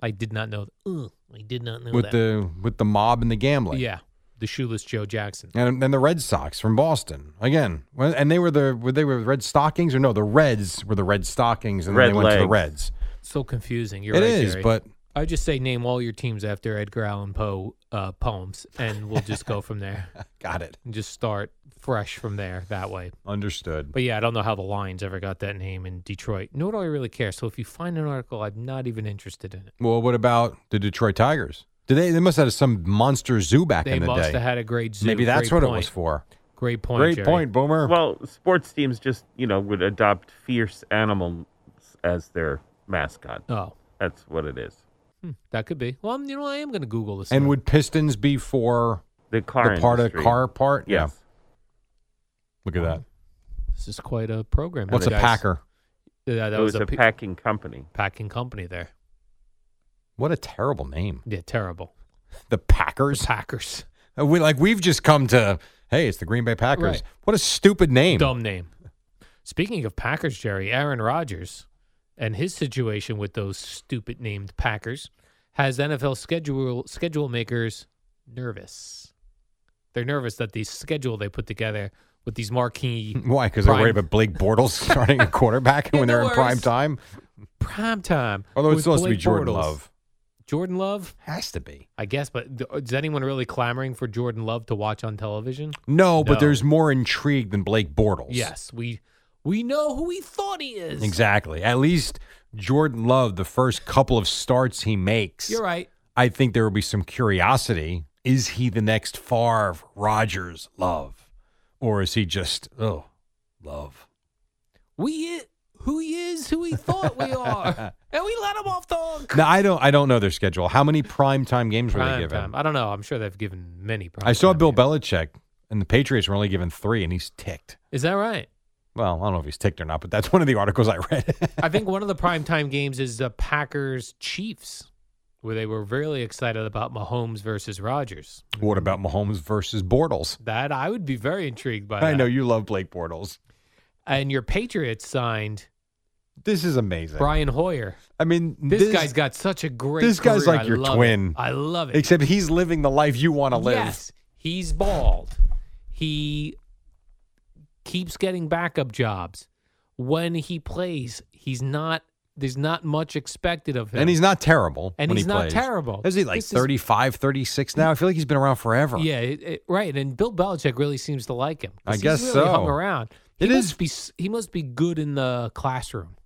I did not know. Ugh, I did not know
with
that.
the with the mob and the gambling.
yeah, the shoeless Joe Jackson.
and then the Red Sox from Boston again, well, and they were the were they were the Red Stockings or no? The Reds were the Red Stockings, and then
Red
they went to the
Legs.
Reds.
So confusing.
It
You're
is,
right, Jerry.
but [LAUGHS]
I just say name all your teams after Edgar Allan Poe uh, poems, and we'll just go from there
got it
and just start fresh from there that way.
understood.
But yeah, I don't know how the Lions ever got that name in Detroit. Nor do I really care. So if you find an article, I'm not even interested in it.
Well, what about the Detroit Tigers? Did they? They must have had some monster zoo back
They
in the
must
day.
have had a great zoo.
Maybe that's
Great
what
point.
it was for.
Great point.
Great
Jerry.
point, Boomer.
Well, sports teams just, you know, would adopt fierce animals as their mascot.
Oh,
That's what it is.
hmm, that could be. Well, I'm- you know, I am going to Google this.
and
now.
would Pistons be for
The car
the part
industry.
of car part?
Yes.
Look at that.
this is quite a program.
What's a
you guys-
Packer?
Yeah, that
it
was,
was a
pe-
packing company.
packing company there.
What a terrible name.
Yeah, terrible.
The Packers.
Packers.
Uh, We like we've just come to hey, it's the Green Bay Packers.
Right.
What a stupid name.
Dumb name. Speaking of Packers, Jerry, Aaron Rodgers and his situation with those stupid named Packers has NFL schedule schedule makers nervous. They're nervous that the schedule they put together with these marquee
[LAUGHS] Why? Because they're worried
Prime.
about Blake Bortles [LAUGHS] starting a quarterback
Yeah,
when they're
no
in prime
worries.
time.
prime time.
Although it's
with
supposed to be
Blake
Jordan
Bortles.
Love.
Jordan Love,
Has to be.
I guess, but th- uh, is anyone really clamoring for Jordan Love to watch on television?
No, but
No.
there's more intrigue than Blake Bortles.
Yes, we we know who he thought he is.
Exactly. At least Jordan Love, the first couple of starts he makes,
You're right.
I think there will be some curiosity. Is he the next Favre Rogers Love? Or is he just, oh, love?
We i- who he is, who he thought
[LAUGHS]
we are, and we let him off the hook.
No, I don't. I don't know their schedule. How many primetime games were they
Prime
given?
time. I don't know. I'm sure they've given many. Prime
I saw
time
Bill
games.
Belichick, and the Patriots were only given three, and he's ticked.
Is that right?
Well, I don't know if he's ticked or not, but that's one of the articles I read. [LAUGHS]
I think one of the primetime games is the Packers Chiefs, where they were really excited about Mahomes versus Rogers.
what about Mahomes versus Bortles?
That I would be very intrigued by.
I
that.
know you love Blake Bortles.
And your Patriots signed
This is amazing.
Brian Hoyer.
I mean,
This, guy's got such a great.
this guy's
career.
like
I
your
love it.
twin.
I love it.
except he's living the life you want to live.
Yes, he's bald. He keeps getting backup jobs. When he plays, he's not. There's not much expected of him.
And he's not terrible.
And
when
he's
he
not
plays.
terrible.
Is he like
This is-
35, 36 now? I feel like he's been around forever.
Yeah, it, it- right. And Bill Belichick really seems to like him. 'cause
I
he's
guess
really
so.
Hung around. He
It
must
is-
be. s- He must be good in the classroom.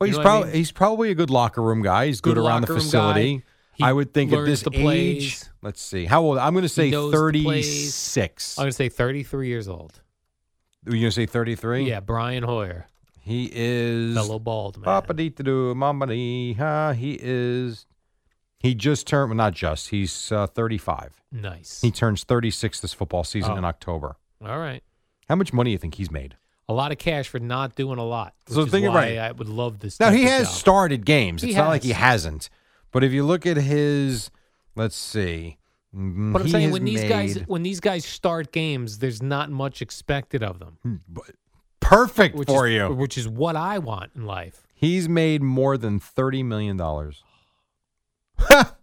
Well,
You know
he's
what I
probably
mean?
he's probably a good locker room guy. He's good,
Good
around the
locker room
facility.
guy. He
I would think at
learns
this
the
age,
plays.
let's see, how old? I'm going to say
He knows the plays. Oh,
36.
I'm gonna say 33 years old.
You're going to say 33?
Yeah, Brian Hoyer,
He is.
fellow bald man.
Papa dee doo, mama dee, ha. He is. He just turned, well, not just, he's uh, 35.
Nice.
He turns 36 this football season
Oh.
in October.
All right.
How much money do you think he's made?
a lot of cash for not doing a lot.
So
which is
think
why
about it.
I would love this.
Now
type
he
of
has
job.
started games.
He
it's not like he
has.
hasn't. But if you look at his, let's see. mm,
But I'm
he
saying
has
when these guys
made
when these guys start games, there's not much expected of them,
perfect
which
Mm, for
is,
you.
which is what I want in
[LAUGHS]
life
He's made more than thirty
[LAUGHS]
million dollars.
for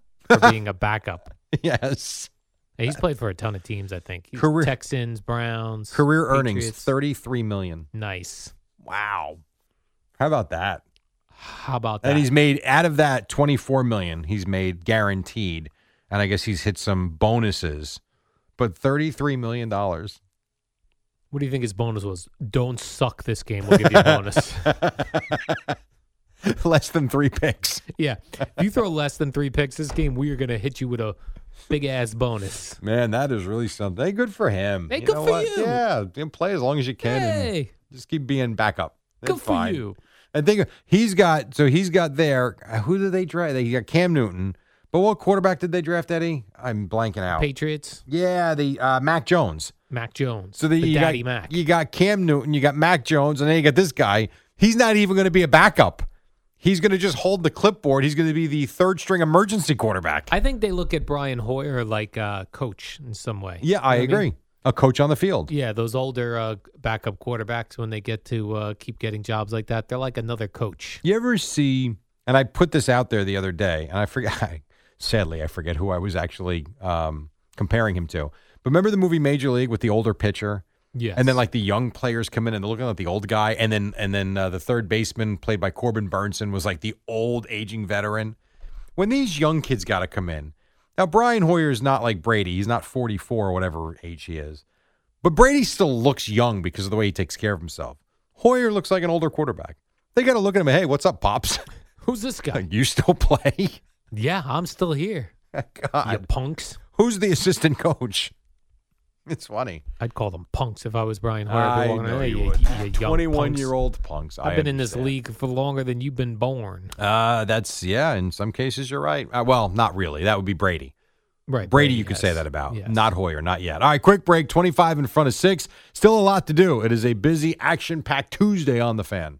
being a backup.
yes,
And he's played for a ton of teams, I think. He's
Career-
Texans, Browns,
career earnings
Patriots.
thirty-three million.
Nice.
Wow, how about that?
How about that?
And he's made out of that twenty-four million. He's made guaranteed, and I guess he's hit some bonuses. But thirty-three million dollars. [LAUGHS]
what do you think his bonus was? Don't suck this game. We'll give
[LAUGHS]
you a bonus. [LAUGHS]
Less than three picks.
yeah. If you throw less than three picks this game, we are going to hit you with a Big ass bonus.
Man, that is really something. Hey, good for him.
Hey, good for you.
Yeah, then play as long as you can and
Hey,
just keep being backup. It's
good for
fine.
you.
And think he's got so he's got there. Who did they draft? They got Cam Newton, but what quarterback did they draft? Eddie, I'm blanking out.
Patriots,
Yeah, the uh, Mac Jones.
Mac Jones.
So the,
the
you
daddy
got
Mac.
you got Cam Newton, you got Mac Jones, and then you got this guy. He's not even going to be a backup. He's going to just hold the clipboard. He's going to be the third string emergency quarterback.
I think they look at Brian Hoyer like uh, coach in some way.
yeah, I
You know what
agree.
mean?
A coach on the field.
Yeah, those older uh, backup quarterbacks when they get to uh, keep getting jobs like that, they're like another coach.
You ever see? And I put this out there the other day, and [LAUGHS] I forgot. Sadly, I forget who I was actually um, comparing him to. But remember the movie Major League with the older pitcher,
Yes.
and then like the young players come in and they're looking at the old guy, and then and then uh, the third baseman played by Corbin Burnson was like the old aging veteran. When these young kids got to come in, now Brian Hoyer is not like Brady; he's not forty four or whatever age he is, but Brady still looks young because of the way he takes care of himself. Hoyer looks like an older quarterback. They got to look at him. Hey, what's up, pops? [LAUGHS]
who's this guy?
you still play? [LAUGHS]
yeah, I'm still here. You
God,
punks.
who's the assistant coach? It's funny.
I'd call them punks if I was Brian Hoyer.
I
Be walking
know
around,
you
"Hey,
would.
you young punks."
Twenty-one-year-old punks.
I've
I
been in this
understand.
league for longer than you've been born.
Uh, that's yeah. In some cases, you're right. Uh, well, not really. That would be Brady.
Right.
Brady, you could say
yes,
that about.
yes.
Not Hoyer, not yet. All right, quick break. Twenty-five in front of six. Still a lot to do. It is a busy, action-packed Tuesday on the fan.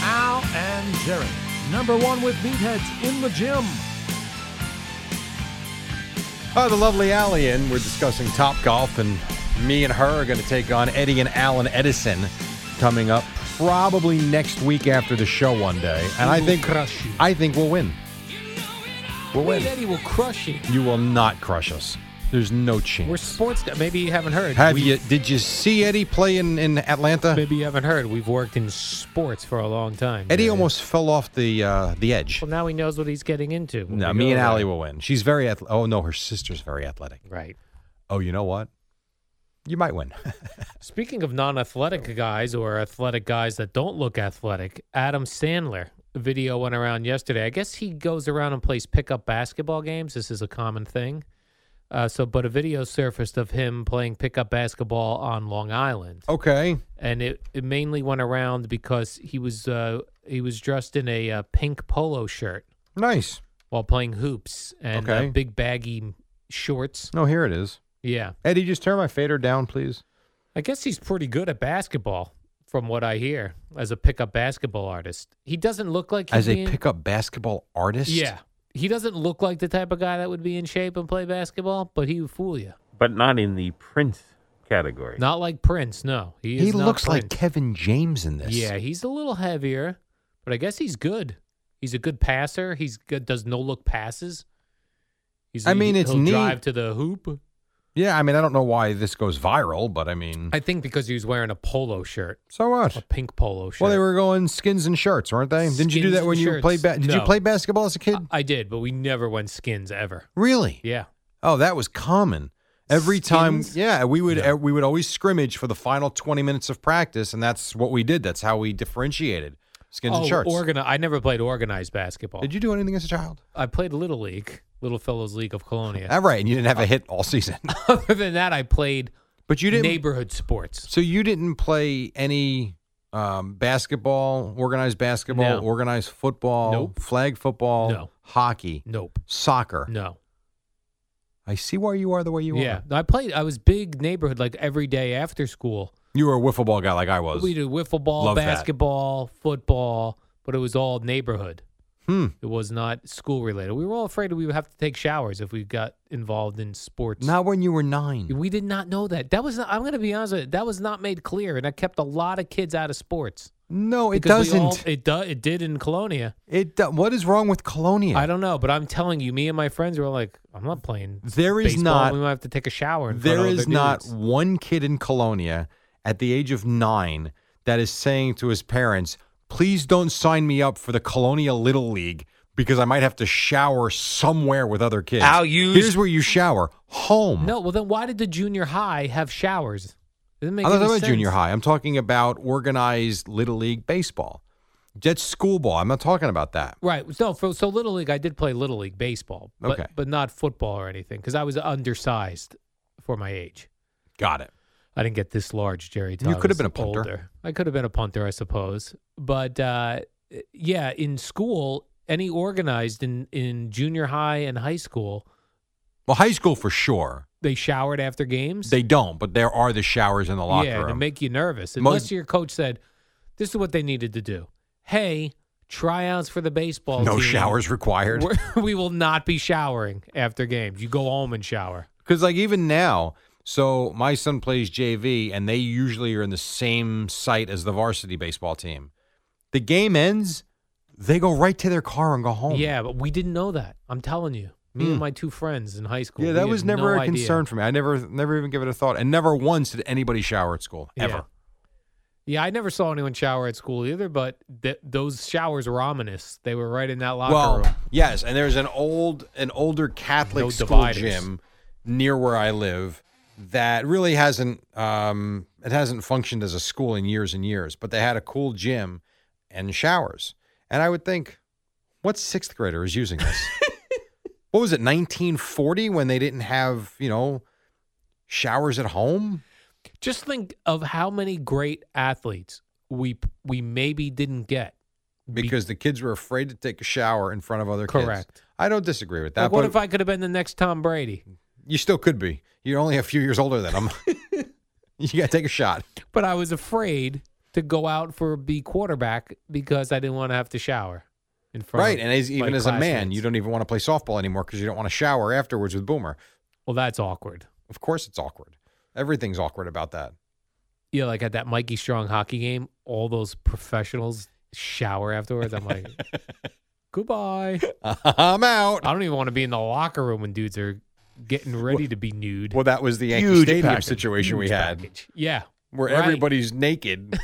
Al and Jerry, number one with meatheads in the gym.
Uh, the lovely Allie and we're discussing Top Golf, and me and her are going to take on Eddie and Alan Edison coming up probably next week after the show one day. And I
will
think
crush you.
I think we'll win. We'll
Wait,
win.
Eddie will crush it.
You will not crush us. There's no chance.
We're sports. Maybe you haven't heard.
Have
We-
you? Did you see Eddie play in, in Atlanta?
Maybe you haven't heard. We've worked in sports for a long time.
Eddie
Jerry.
almost fell off the uh, the edge.
Well, now he knows what he's getting into.
No,
We
me
go
and
Oh, there.
Allie will win. She's very ath- oh no, her sister's very athletic.
Right.
Oh, you know what? You might win. [LAUGHS]
Speaking of non-athletic guys or athletic guys that don't look athletic, Adam Sandler a video went around yesterday. I guess he goes around and plays pickup basketball games. This is a common thing. Uh, so, but a video surfaced of him playing pickup basketball on Long Island,
Oh. okay.
and it, it mainly went around because he was uh, he was dressed in a uh, pink polo shirt
Nice.
while playing hoops and
Okay.
uh, big baggy shorts.
No, here it is.
Yeah,
Eddie, just turn my fader down, please.
I guess he's pretty good at basketball, from what I hear, as a pickup basketball artist. He doesn't look like he's
As a
being-
pickup basketball artist?
Yeah, he doesn't look like the type of guy that would be in shape and play basketball, but he would fool you.
But not in the Prince category.
Not like Prince. No, he, is
He
not
looks like
Prince.
Kevin James in this.
Yeah, he's a little heavier, but I guess he's good. He's a good passer. He's good. Does no look passes. He's,
I mean, it's
he'll
neat.
drive to the hoop.
Yeah, I mean, I don't know why this goes viral, but I mean,
I think because he was wearing a polo shirt,
so
a
what?
pink polo shirt.
Well, they were going skins and shirts, weren't they? Didn't you do
Skins
that
and
when you
shirts.
played? Ba- did you
No.
play basketball as a kid?
I I did, but we never went skins ever.
really?
Yeah.
Oh, that was common. Every
Skins?
time, yeah, we would eh, we would always scrimmage for the final twenty minutes of practice, and that's what we did. That's how we differentiated skins and
oh,
shirts.
Organi- I never played organized basketball.
Did you do anything as a child?
I played Little League, Little Fellows League of Colonia.
All right, and you didn't have a hit all season,
[LAUGHS]
[LAUGHS]
Other than that, I played
but you didn't.
neighborhood sports.
So you didn't play any um, basketball, organized basketball,
No.
organized football,
Nope.
flag football,
No.
hockey,
Nope.
soccer.
No.
I see why you are the way you
yeah.
are.
I played, I was big neighborhood, like every day after school.
You were a wiffle ball guy like I was.
We did wiffle ball,
Love that.
basketball, football, but it was all neighborhood.
Hmm.
It was not school related. We were all afraid we would have to take showers if we got involved in sports.
Not when you were nine.
We did not know that. That was not, I'm going to be honest with you. That was not made clear, and that kept a lot of kids out of sports.
No, it
Because we all-
doesn't.
it do, It did in Colonia.
It do- what is wrong with Colonia?
I don't know, but I'm telling you, me and my friends were like, I'm not playing.
There is
baseball.
not-
We might have to take a shower. In front
There
of
is
other
not
dudes."
one kid in Colonia at the age of nine that is saying to his parents, please don't sign me up for the Colonia Little League because I might have to shower somewhere with other kids.
I'll use-
Here's where you shower home.
No, well then, why did the junior high have showers? It doesn't make
I'm not
any
talking about
sense.
junior high. I'm talking about organized Little League baseball. That's school ball. I'm not talking about that.
Right. So, for, so little league, I did play little league baseball, but,
Okay.
but not football or anything because I was undersized for my age.
Got it.
I didn't get this large, Jerry. till
You
I
could have
was
been a punter.
older. I could have been a punter, I suppose. But uh, yeah, in school, any organized in in junior high and high school,
Well, high school for sure.
they showered after games.
They don't, but there are the showers in the locker
yeah,
room.
to make you nervous.
Mo-
Unless your coach said, "This is what they needed to do." Hey, tryouts for the baseball.
no
team.
showers required.
We're- [LAUGHS] we will not be showering after games. You go home and shower.
Because like even now, so my son plays JV, and they usually are in the same site as the varsity baseball team. The game ends, they go right to their car and go home.
Yeah, but we didn't know that. I'm telling you, me
Hmm.
and my two friends in high school.
yeah,
we
that
had
was never
no
a
idea.
concern for me. I never, never even give it a thought, and never once did anybody shower at school
Yeah.
ever.
Yeah, I never saw anyone shower at school either, but th- those showers were ominous. They were right in that locker
well,
room.
yes, and there's an old, an older Catholic
No
school
dividers.
gym near where I live that really hasn't, um, it hasn't functioned as a school in years and years. But they had a cool gym and showers, and I would think, what sixth grader is
[LAUGHS]
using this? what was it, 1940, when they didn't have, you know, showers at home?
Just think of how many great athletes we we maybe didn't get. Be-
Because the kids were afraid to take a shower in front of other kids.
Correct.
I don't disagree with that.
Like, what
but
if I could have been the next Tom Brady?
You still could be. You're only a few years older
[LAUGHS]
than him. you got to take a shot.
But I was afraid to go out for the quarterback because I didn't want to have to shower in front.
right.
of
And as,
my
even as a man, you
classmates.
don't even want to play softball anymore because you don't want to shower afterwards with Boomer.
Well, that's awkward.
Of course, it's awkward. Everything's awkward about that. [LAUGHS]
Yeah, like at that Mikey Strong hockey game, all those professionals shower afterwards. I'm
[LAUGHS]
like, goodbye.
I'm out.
I don't even want to be in the locker room when dudes are getting ready to be nude.
Well, that was the Yankee
Huge
Stadium
package.
situation we
Huge
had
package. Yeah.
where
right. [LAUGHS]
everybody's naked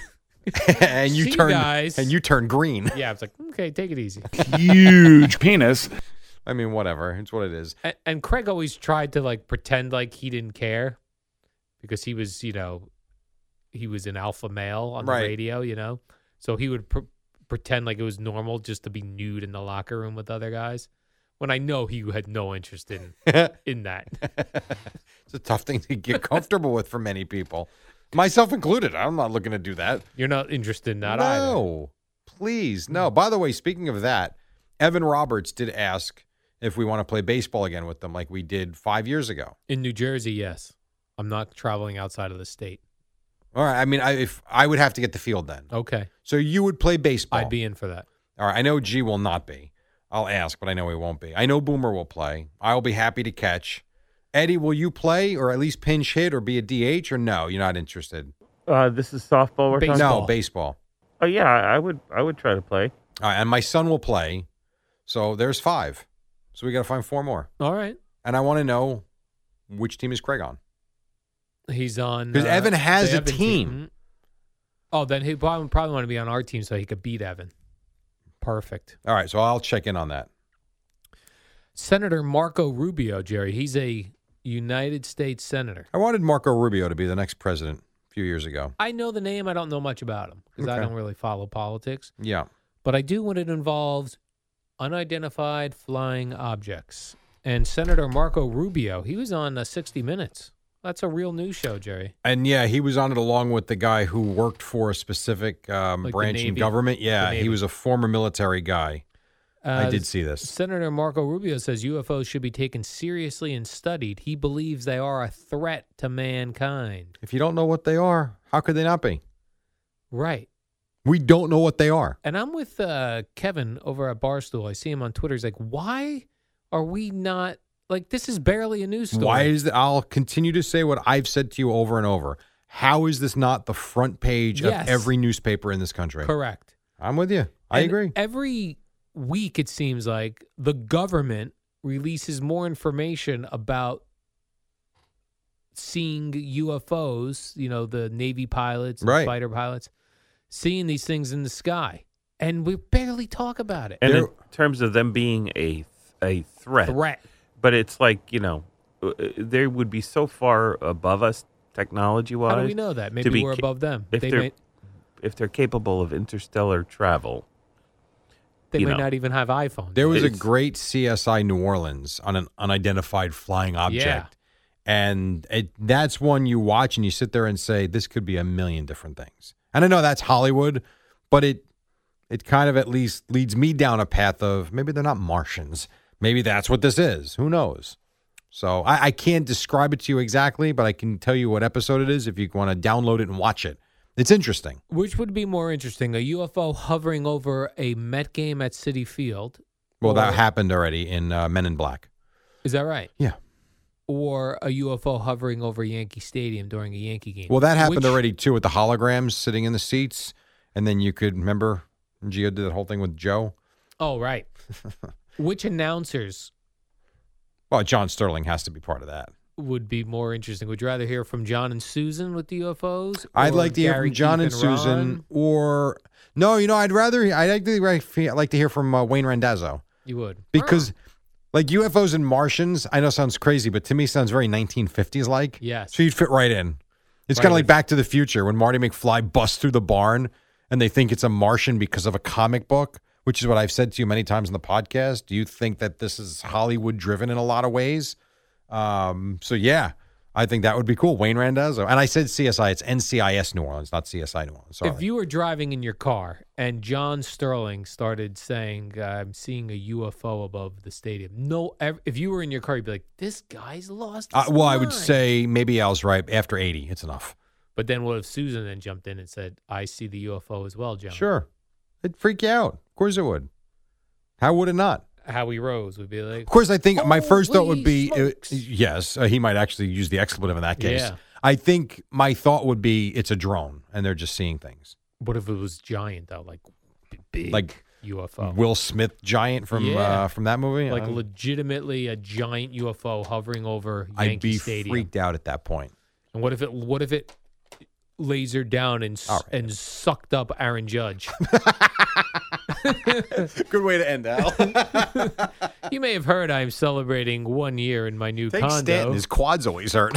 and you
See,
turn
guys.
and you turn green.
Yeah, I was like, okay, take it easy.
Huge penis.
I mean, whatever. It's what it is. [LAUGHS]
and, and Craig always tried to like pretend like he didn't care because he was, you know, he was an alpha male on
Right.
the radio, you know. So he would pr- pretend like it was normal just to be nude in the locker room with other guys when I know he had no interest in in that.
It's a tough thing to get comfortable with for many people, myself included. I'm not looking to do that.
You're not interested in that either. Hmm.
no, please, no. By the way, speaking of that, Evan Roberts did ask if we want to play baseball again with them, like we did five years ago.
In New Jersey, yes. I'm not traveling outside of the state.
All right. I mean, I, if I would have to get the field then,
Okay.
so you would play baseball.
Oh. I'd be in for that.
All right. I know G will not be. I'll ask, but I know he won't be. I know Boomer will play. I'll be happy to catch. Eddie, will you play or at least pinch hit or be a DH or no? You're not interested.
Uh, this is softball. We're talking.
No,
Baseball.
baseball.
Oh yeah, I would. I would try to play.
All right, and my son will play. So there's five. So we got to find four more.
All right.
And I want to know which team is Craig on.
He's on uh,
'Cause Evan
the
has a
Evan
team.
Mhm. Oh, then he probably, probably want to be on our team so he could beat Evan. Perfect.
All right, so I'll check in on that.
Senator Marco Rubio, Jerry. He's a United States senator.
I wanted Marco Rubio to be the next president a few years ago.
I know the name. I don't know much about him because I
Okay.
don't really follow politics.
Yeah.
But I do when it involves unidentified flying objects. And Senator Marco Rubio, he was on uh, 60 Minutes. That's a real news show, Jerry.
And yeah, he was on it along with the guy who worked for a specific um,
Like the
branch in
Navy?
government.
The
Yeah, he
Navy.
was a former military guy. I
Uh,
did see this.
Senator Marco Rubio says UFOs should be taken seriously and studied. He believes they are a threat to mankind.
If you don't know what they are, how could they not be?
Right.
We don't know what they are.
And I'm with uh, Kevin over at Barstool. I see him on Twitter. He's like, why are we not, like, this is barely a news story.
Why is that? I'll continue to say what I've said to you over and over. How is this not the front page
Yes.
of every newspaper in this country?
Correct.
I'm with you. I
And
agree.
Every week, it seems like the government releases more information about seeing UFOs, you know, the Navy pilots, and
Right.
fighter pilots, seeing these things in the sky. And we barely talk about it.
And in terms of them being a a threat,
Threat.
But it's like you know, uh, they would be so far above us technology wise.
How do we know that? Maybe we're above them.
If
They
are
may-
if they're capable of interstellar travel,
they
you
may
know.
not even have iPhones.
There was a
It's-
great CSI New Orleans on an unidentified flying object.
Yeah.
And it, that's one you watch and you sit there and say, this could be a million different things. And I know that's Hollywood, but it it kind of at least leads me down a path of maybe they're not Martians. Maybe that's what this is. Who knows? So I, I can't describe it to you exactly, but I can tell you what episode it is if you want to download it and watch it. It's interesting.
Which would be more interesting, a UFO hovering over a Met game at City Field?
Well,
or-
that happened already in uh, Men in Black.
Is that right?
Yeah.
Or a UFO hovering over Yankee Stadium during a Yankee game.
Well, that happened
Which-
already too with the holograms sitting in the seats, and then you could remember Gio did the whole thing with Joe.
Oh,
[LAUGHS]
right. Which announcers
Well, John Sterling has to be part of that.
would be more interesting? Would you rather hear from John and Susan with the UFOs?
I'd
or
like to hear
Gary,
from John
Keith,
and Susan,
Ron?
or no, you know, I'd rather I'd like to I'd like to hear from uh, Wayne Randazzo
You would.
because. Like UFOs and Martians, I know sounds crazy, but to me sounds very 1950s like.
Yes.
So you'd fit right in. It's
Right
kind
in.
of like Back to the Future when Marty McFly busts through the barn and they think it's a Martian because of a comic book, which is what I've said to you many times in the podcast. Do you think that this is Hollywood driven in a lot of ways? Um, so yeah, I think that would be cool. Wayne Randazzo. And I said CSI, it's NCIS New Orleans, not CSI New Orleans. Sorry.
If you were driving in your car and John Sterling started saying, uh, "I'm seeing a UFO above the stadium," no, ev- if you were in your car, you'd be like, "This guy's lost."
uh,
his
well, I would
mind."
say maybe I was right. After 80, it's enough.
But then what if Susan then jumped in and said, I see the UFO as well, John?
Sure. It'd freak you out. Of course it would. How would it not?
Howie Rose would be like,
Of course, I think my first thought would
"Holy
be uh, yes, uh, he might actually use the expletive in that case.
Yeah.
I think my thought would be it's a drone and they're just seeing things.
What if it was giant, though? Like, big
Like
UFO.
Will Smith giant from
Yeah.
uh, from that movie.
like,
Uh,
legitimately a giant UFO hovering over Yankee
I'd be
Stadium.
freaked out at that point.
And what if it, what if it lasered down and, s-
All right.
and sucked up Aaron
[LAUGHS]
Judge?
Good way to end
[LAUGHS]
Al.
you may have heard I'm celebrating one year in my new
Take
condo.
Stanton. His quads always hurt.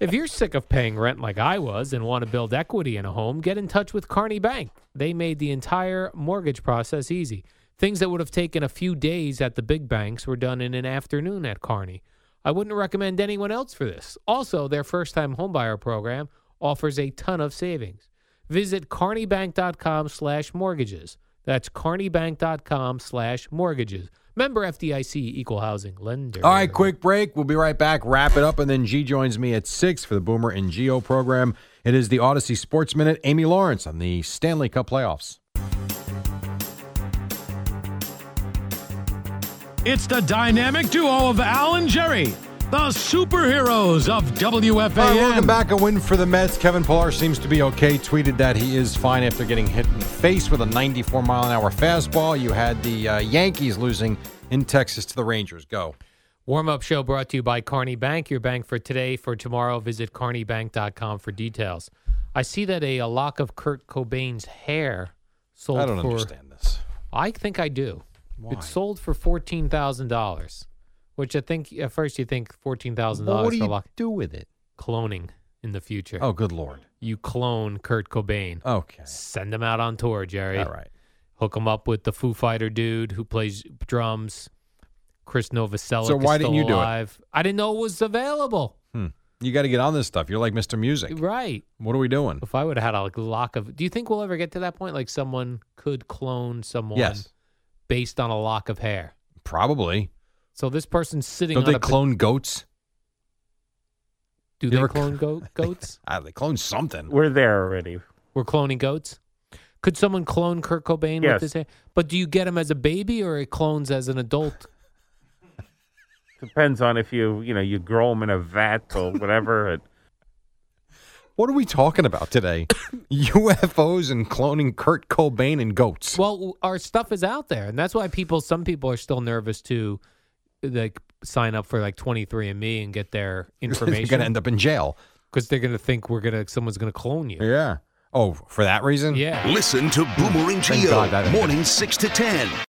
If you're sick of paying rent like I was and want to build equity in a home, get in touch with Carney Bank. They made the entire mortgage process easy. Things that would have taken a few days at the big banks were done in an afternoon at Carney. I wouldn't recommend anyone else for this. Also, their first-time homebuyer program offers a ton of savings. Visit carneybank.com/mortgages. That's carneybank.com/mortgages. Member FDIC equal housing lender.
All right, quick break. We'll be right back. Wrap it up, and then G joins me at six for the Boomer and Geo program. It is the Odyssey Sports Minute. Amy Lawrence on the Stanley Cup playoffs.
It's the dynamic duo of Al and Jerry, the superheroes of WFAN.
All right, welcome back. A win for the Mets. Kevin Pillar seems to be okay. Tweeted that he is fine after getting hit in the face with a 94 mile an hour fastball. You had the uh, Yankees losing in Texas to the Rangers. Go.
Warm up show brought to you by Carney Bank, your bank for today. For tomorrow, visit carneybank.com for details. I see that a, a lock of Kurt Cobain's hair sold
I don't
for.
understand this.
I think I do.
Why?
It sold for fourteen thousand dollars, which I think at first you think fourteen thousand
Well, what
dollars
do
for a
you
lock
do with it?
cloning in the future.
Oh, good lord.
you clone Kurt Cobain,
Okay.
send him out on tour, Jerry.
All right.
Hook him up with the Foo Fighter dude who plays drums, Chris Novoselic.
So why
is still
didn't you do it?
alive. I didn't know it was available.
Hmm. You got to get on this stuff. You're like Mr. Music.
Right.
What are we doing?
If I would have had a like, lock of, do you think we'll ever get to that point? Like someone could clone someone
Yes.
based on a lock of hair.
Probably.
So this person's sitting
Don't
on
they
a pa-
clone goats?
do
you
they
ever- [LAUGHS]
clone go- goats?
Ah, they clone something.
we're there already.
We're cloning goats. Could someone clone Kurt Cobain
Yes.
with his hair? But do you get him as a baby or it clones as an adult?
[LAUGHS] Depends on if you you know you grow them in a vat or whatever. and
What are we talking about today? [LAUGHS] UFOs and cloning Kurt Cobain and goats. [LAUGHS]
Well, our stuff is out there, and that's why people. Some people are still nervous to like sign up for like 23andMe and get
[LAUGHS]
their information.
You're
[LAUGHS]
going to end up in jail.
because they're gonna think we're gonna someone's gonna clone you.
Yeah. Oh, for that reason?
Yeah.
Listen to Boomerang
Thank God that
Geo, morning 6 to 10.